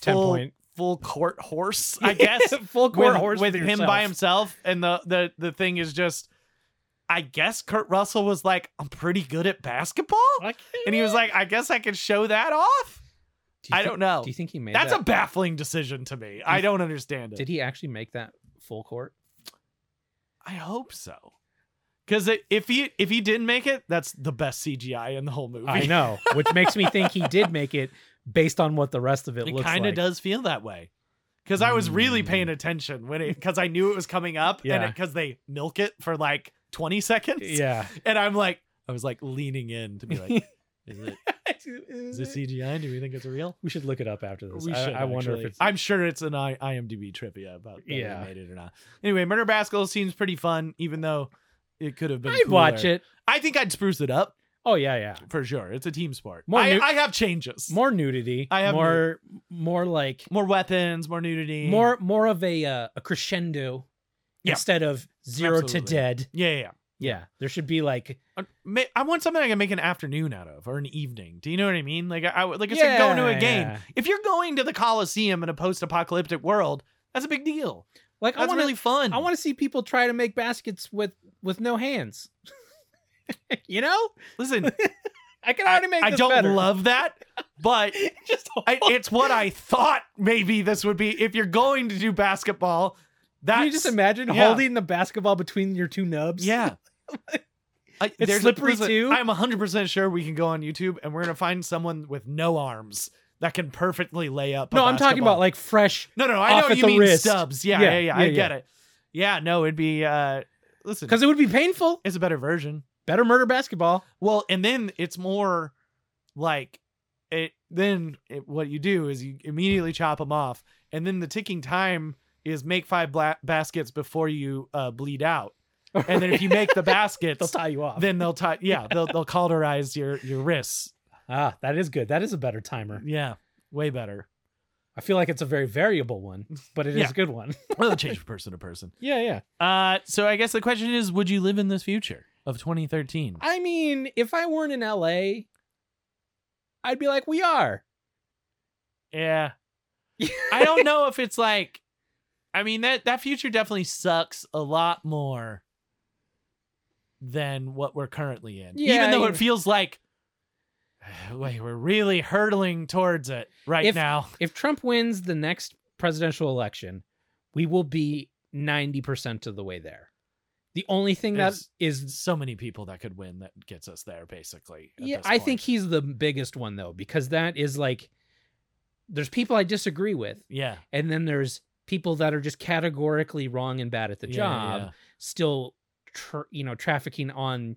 S3: 10
S2: full,
S3: point
S2: full court
S3: (laughs)
S2: horse i guess
S3: full
S2: (laughs)
S3: court
S2: with,
S3: horse
S2: with
S3: for
S2: him
S3: yourself.
S2: by himself and the the the thing is just i guess kurt russell was like i'm pretty good at basketball
S3: Like,
S2: and he was like i guess i could show that off
S3: Do you
S2: i
S3: thi-
S2: don't know
S3: do you think he made
S2: that's
S3: that?
S2: a baffling decision to me i don't understand it
S3: uh, did he actually make that
S2: (laughs)
S3: full court
S2: i hope so because if he if he didn't make it that's the best cgi in the whole movie
S3: i know which makes me think he did make it based on what the rest of it,
S2: It
S3: looks
S2: kind of
S3: like Hmm.
S2: does feel that way. Because I was really paying attention when it, because I knew it was coming up,
S3: Yeah.
S2: and because they milk it for like twenty seconds,
S3: yeah
S2: and I'm like, I was like leaning in to be
S3: (laughs)
S2: like, is it (laughs) is it CGI? Do we think it's real?
S3: we should look it up after this
S2: We
S3: I,
S2: should.
S3: I wonder
S2: actually.
S3: if it's
S2: I'm sure it's an I- IMDb trivia about whether
S3: Yeah.
S2: they made it or not. Anyway, Murder Basketball seems pretty fun, even though it could have been.
S3: i'd watch
S2: cooler.
S3: it
S2: I think I'd spruce it up
S3: oh yeah yeah
S2: for sure. It's a team sport.
S3: More
S2: I,
S3: nu-
S2: I have changes. More,
S3: more nudity
S2: I have
S3: more more like
S2: weapons. More nudity.
S3: more more of a uh, a crescendo
S2: Yeah.
S3: instead of zero
S2: Absolutely.
S3: to dead
S2: Yeah, yeah. yeah.
S3: yeah there should be like
S2: Uh, ma- I want something I can make an afternoon out of or an evening. Do you know what I mean? Like I, I would- like I said, going to a
S3: Yeah,
S2: game.
S3: yeah.
S2: If you're going to the Coliseum in a post-apocalyptic world, that's a big deal.
S3: like
S2: That's
S3: i want to
S2: really fun.
S3: I want to see people try to make baskets with with no hands. (laughs) you know,
S2: listen.
S3: (laughs) I can already make.
S2: I
S3: this
S2: don't
S3: better.
S2: love that, but
S3: (laughs) just. (laughs)
S2: I, it's what I thought maybe this would be. If you're going to do basketball,
S3: Can
S2: that's
S3: you just imagine
S2: yeah.
S3: holding the basketball between your two
S2: (laughs)
S3: nubs? (laughs)
S2: yeah. I, there's-
S3: slippery too.
S2: I'm 100% sure we can go on YouTube and we're going to find someone with no arms that can perfectly lay up. a
S3: No, I'm talking
S2: basketball.
S3: about like fresh.
S2: No, no,
S3: off
S2: I know
S3: at
S2: you
S3: the
S2: mean
S3: wrist.
S2: stubs. Yeah, yeah,
S3: Yeah,
S2: yeah. I
S3: yeah,
S2: get it. Yeah, no, it'd be uh listen,
S3: Because it would be painful.
S2: it's a better version.
S3: Better murder basketball.
S2: Well, and then it's more like it then it, what you do is you immediately chop them off and then the ticking time is make five bla- baskets before you uh, bleed out. And then if you
S3: (laughs)
S2: make the
S3: They'll
S2: baskets,
S3: tie you off.
S2: then they'll tie yeah,
S3: (laughs)
S2: they'll they'll cauterize your your wrists.
S3: ah, that is good. That is a better timer.
S2: Yeah, way better.
S3: I feel like it's a very variable one, but it is
S2: Yeah.
S3: a good one. (laughs)
S2: Well, it change from person to person.
S3: yeah, yeah.
S2: Uh so I guess the question is would you live in this future of 2013?
S3: I mean, if I weren't in LA, I'd be like, we are. (laughs)
S2: Yeah. I don't know if it's like I mean that that future definitely sucks a lot more than what we're currently in.
S3: Yeah,
S2: Even though
S3: you-
S2: it feels like (sighs) wait, we're really hurtling towards it right
S3: If-
S2: now. (laughs)
S3: if Trump wins the next presidential election, we will be 90% of the way there. The only thing that
S2: There's-
S3: is
S2: So many people that could win that gets us there basically. at
S3: yeah,
S2: this
S3: I
S2: point.
S3: think he's the biggest one though because that is like there's people I disagree with
S2: yeah,
S3: and then there's people that are just categorically wrong and bad at the
S2: yeah,
S3: job
S2: yeah.
S3: still tra- you know trafficking on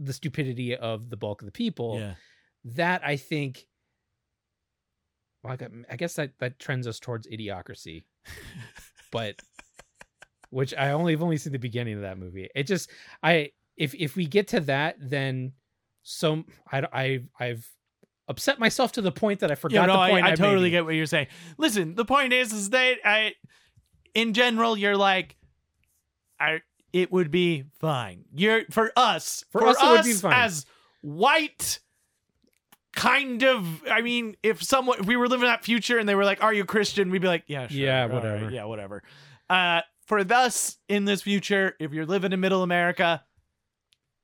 S3: the stupidity of the bulk of the people.
S2: yeah.
S3: That I think well, I, got, I guess that that trends us
S2: (laughs)
S3: towards idiocracy. but which I only have only seen the beginning of that movie. It just I if if we get to that, then so I I I've upset myself to the point that I forgot
S2: Yeah, no,
S3: the point.
S2: I, I totally
S3: made.
S2: get what you're saying. Listen, the point is, is that I, in general, you're like, I. It would be fine. You're for us.
S3: For us, it would be fine.
S2: as white. Kind of. I mean, if someone if we were living that future and they were like, "Are you Christian?" We'd be like, "Yeah, sure,
S3: Yeah,
S2: all right,
S3: whatever."
S2: yeah, whatever." Uh, for us in this future, if you're living in Middle America,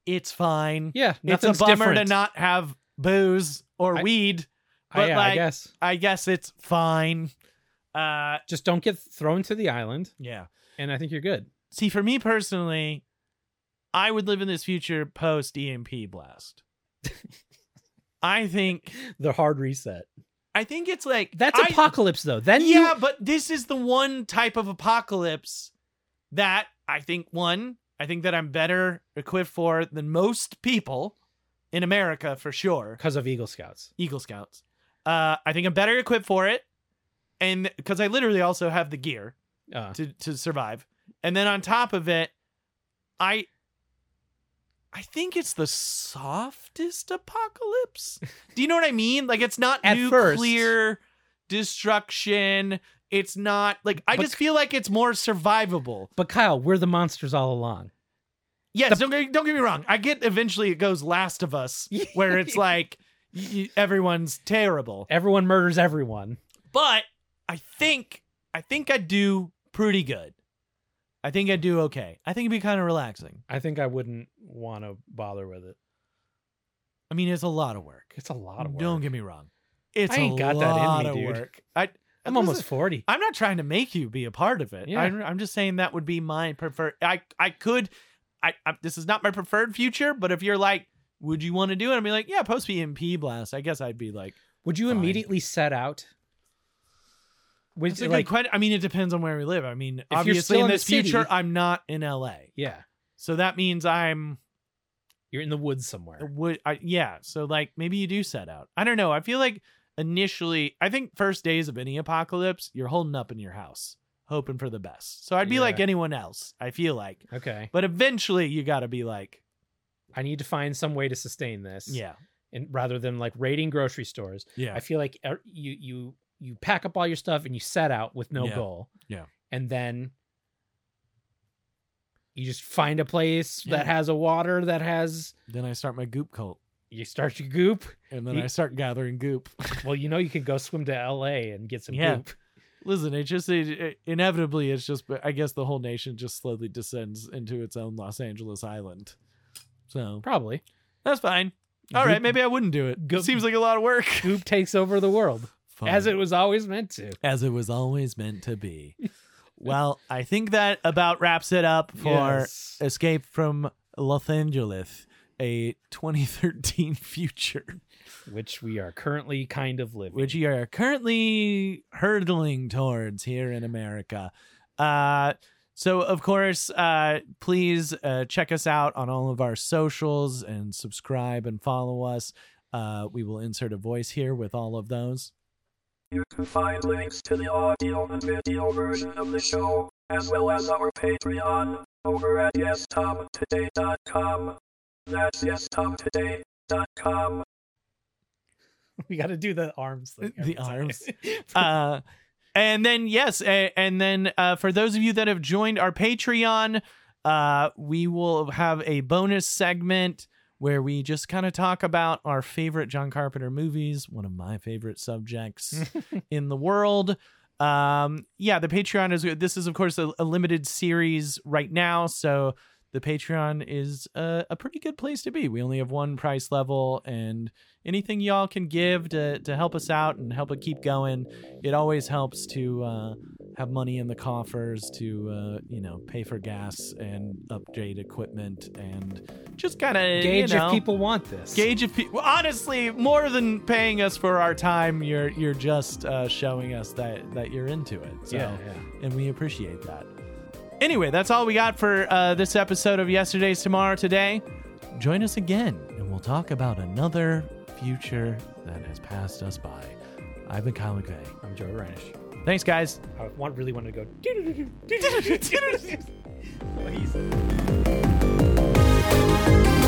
S2: it's fine.
S3: Yeah,
S2: it's a
S3: nothing's
S2: bummer
S3: different.
S2: to not have booze or
S3: I-
S2: weed.
S3: I-
S2: but
S3: yeah, I
S2: like-
S3: guess
S2: I guess it's fine. Uh
S3: just don't get thrown to the island,
S2: yeah.
S3: and I think you're good.
S2: See, for me personally, I would live in this future post EMP blast.
S3: (laughs)
S2: I think
S3: The hard reset.
S2: I think it's like
S3: That's
S2: I-
S3: apocalypse though. Then
S2: Yeah,
S3: you,
S2: but this is the one type of apocalypse that I think one, I think that I'm better equipped for than most people in America for sure.
S3: because of Eagle Scouts.
S2: Eagle Scouts. Uh, I think I'm better equipped for it, and because I literally also have the gear
S3: Uh,
S2: to to survive, and then on top of it, I I think it's the softest
S3: (laughs)
S2: apocalypse. Do you know what I mean? Like it's not
S3: At first.
S2: nuclear destruction. It's not like I
S3: But-
S2: just feel like it's more survivable.
S3: but Kyle, we're the monsters all along.
S2: Yes, don't get, don't get me wrong. I get eventually it goes Last of
S3: (laughs)
S2: Us, where it's like y- y- everyone's terrible.
S3: Everyone murders everyone.
S2: but I think I think I do pretty good. I think I do okay. I think it'd be kind of relaxing.
S3: I think I wouldn't want to bother with it.
S2: I mean, it's a lot of work.
S3: It's a lot of work.
S2: Don't get me wrong. It's
S3: I ain't
S2: a
S3: got that in
S2: lot
S3: me,
S2: of
S3: dude.
S2: work. I
S3: I'm
S2: listen,
S3: almost forty.
S2: I'm not trying to make you be a part of it.
S3: Yeah.
S2: I'm, I'm just saying that would be my preferred. I I could. I, I this is not my preferred future, but if you're like, would you want to do it? I'd be like, yeah, post BMP blast. I guess I'd be like,
S3: Would you
S2: Fine.
S3: immediately set out? Would
S2: it's a
S3: like
S2: good question. I mean, it depends on where we live. I mean,
S3: you're
S2: obviously
S3: still
S2: in
S3: in the
S2: this future,
S3: city-
S2: I'm not in LA,
S3: yeah,
S2: so that means I'm
S3: you're in the woods somewhere.
S2: would I, yeah so like maybe you do set out i don't know i feel like initially i think first days of any apocalypse you're holding up in your house hoping for the best so i'd be like
S3: Yeah.
S2: anyone else i feel like
S3: Okay,
S2: but eventually you gotta be like
S3: I need to find some way to sustain this.
S2: yeah
S3: and rather than like raiding grocery stores,
S2: yeah
S3: I feel like er- you you you pack up all your stuff and you set out with no
S2: Yeah.
S3: goal.
S2: Yeah.
S3: and then you just find a place
S2: Yeah.
S3: that has a water that has.
S2: then i start my goop cult
S3: You start your goop.
S2: and then
S3: You-
S2: i start gathering goop (laughs)
S3: Well, you know you could go swim to L.A. and get some
S2: Yeah.
S3: goop.
S2: listen it just it, it- inevitably it's just i guess the whole nation just slowly descends into its own los angeles island so
S3: Probably
S2: that's fine all right
S3: Goop-
S2: maybe i wouldn't do it
S3: Goop-
S2: seems like a lot of work
S3: goop takes over
S2: (laughs)
S3: the world as
S2: Fine.
S3: it was always meant to.
S2: as it was always meant to be. well, I think that about wraps it up for
S3: Yes.
S2: Escape from Los Angeles, a 2013 (laughs) future,
S3: which we are currently kind of living.
S2: which you are currently hurtling towards here in America. Uh, so, of course, uh, please uh, check us out on all of our socials and subscribe and follow us. Uh, we will insert a voice here with all of those.
S4: You can find links to the audio and video version of the show, as well as our Patreon, over at yestoptoday.com. That's yestoptoday.com.
S3: (laughs) we got to do the arms thing.
S2: The
S3: every time. (laughs)
S2: arms. (laughs) uh and then yes a- and then uh for those of you that have joined our patreon uh we will have a bonus segment where we just kind of talk about our favorite John Carpenter movies, one of my favorite subjects in the world. Um, yeah, the Patreon is this is of course a, a limited series right now, so the Patreon is a, a pretty good place to be. We only have one price level, and anything y'all can give to to help us out and help it keep going, it always helps to uh, have money in the coffers to uh, you know pay for gas and upgrade equipment and just kind of
S3: Gauge
S2: you know,
S3: if people want this.
S2: gauge of people. Honestly, more than paying us for our time, you're you're just uh, showing us that that you're into it. So,
S3: Yeah, yeah.
S2: and we appreciate that. Anyway, that's all we got for uh, this episode of Yesterday's Tomorrow Today. Join us again, and we'll talk about another future that has passed us by. I've been Kyle McVeigh.
S3: I'm Joe Reinish.
S2: Thanks, guys.
S3: I want, really want to go. Please.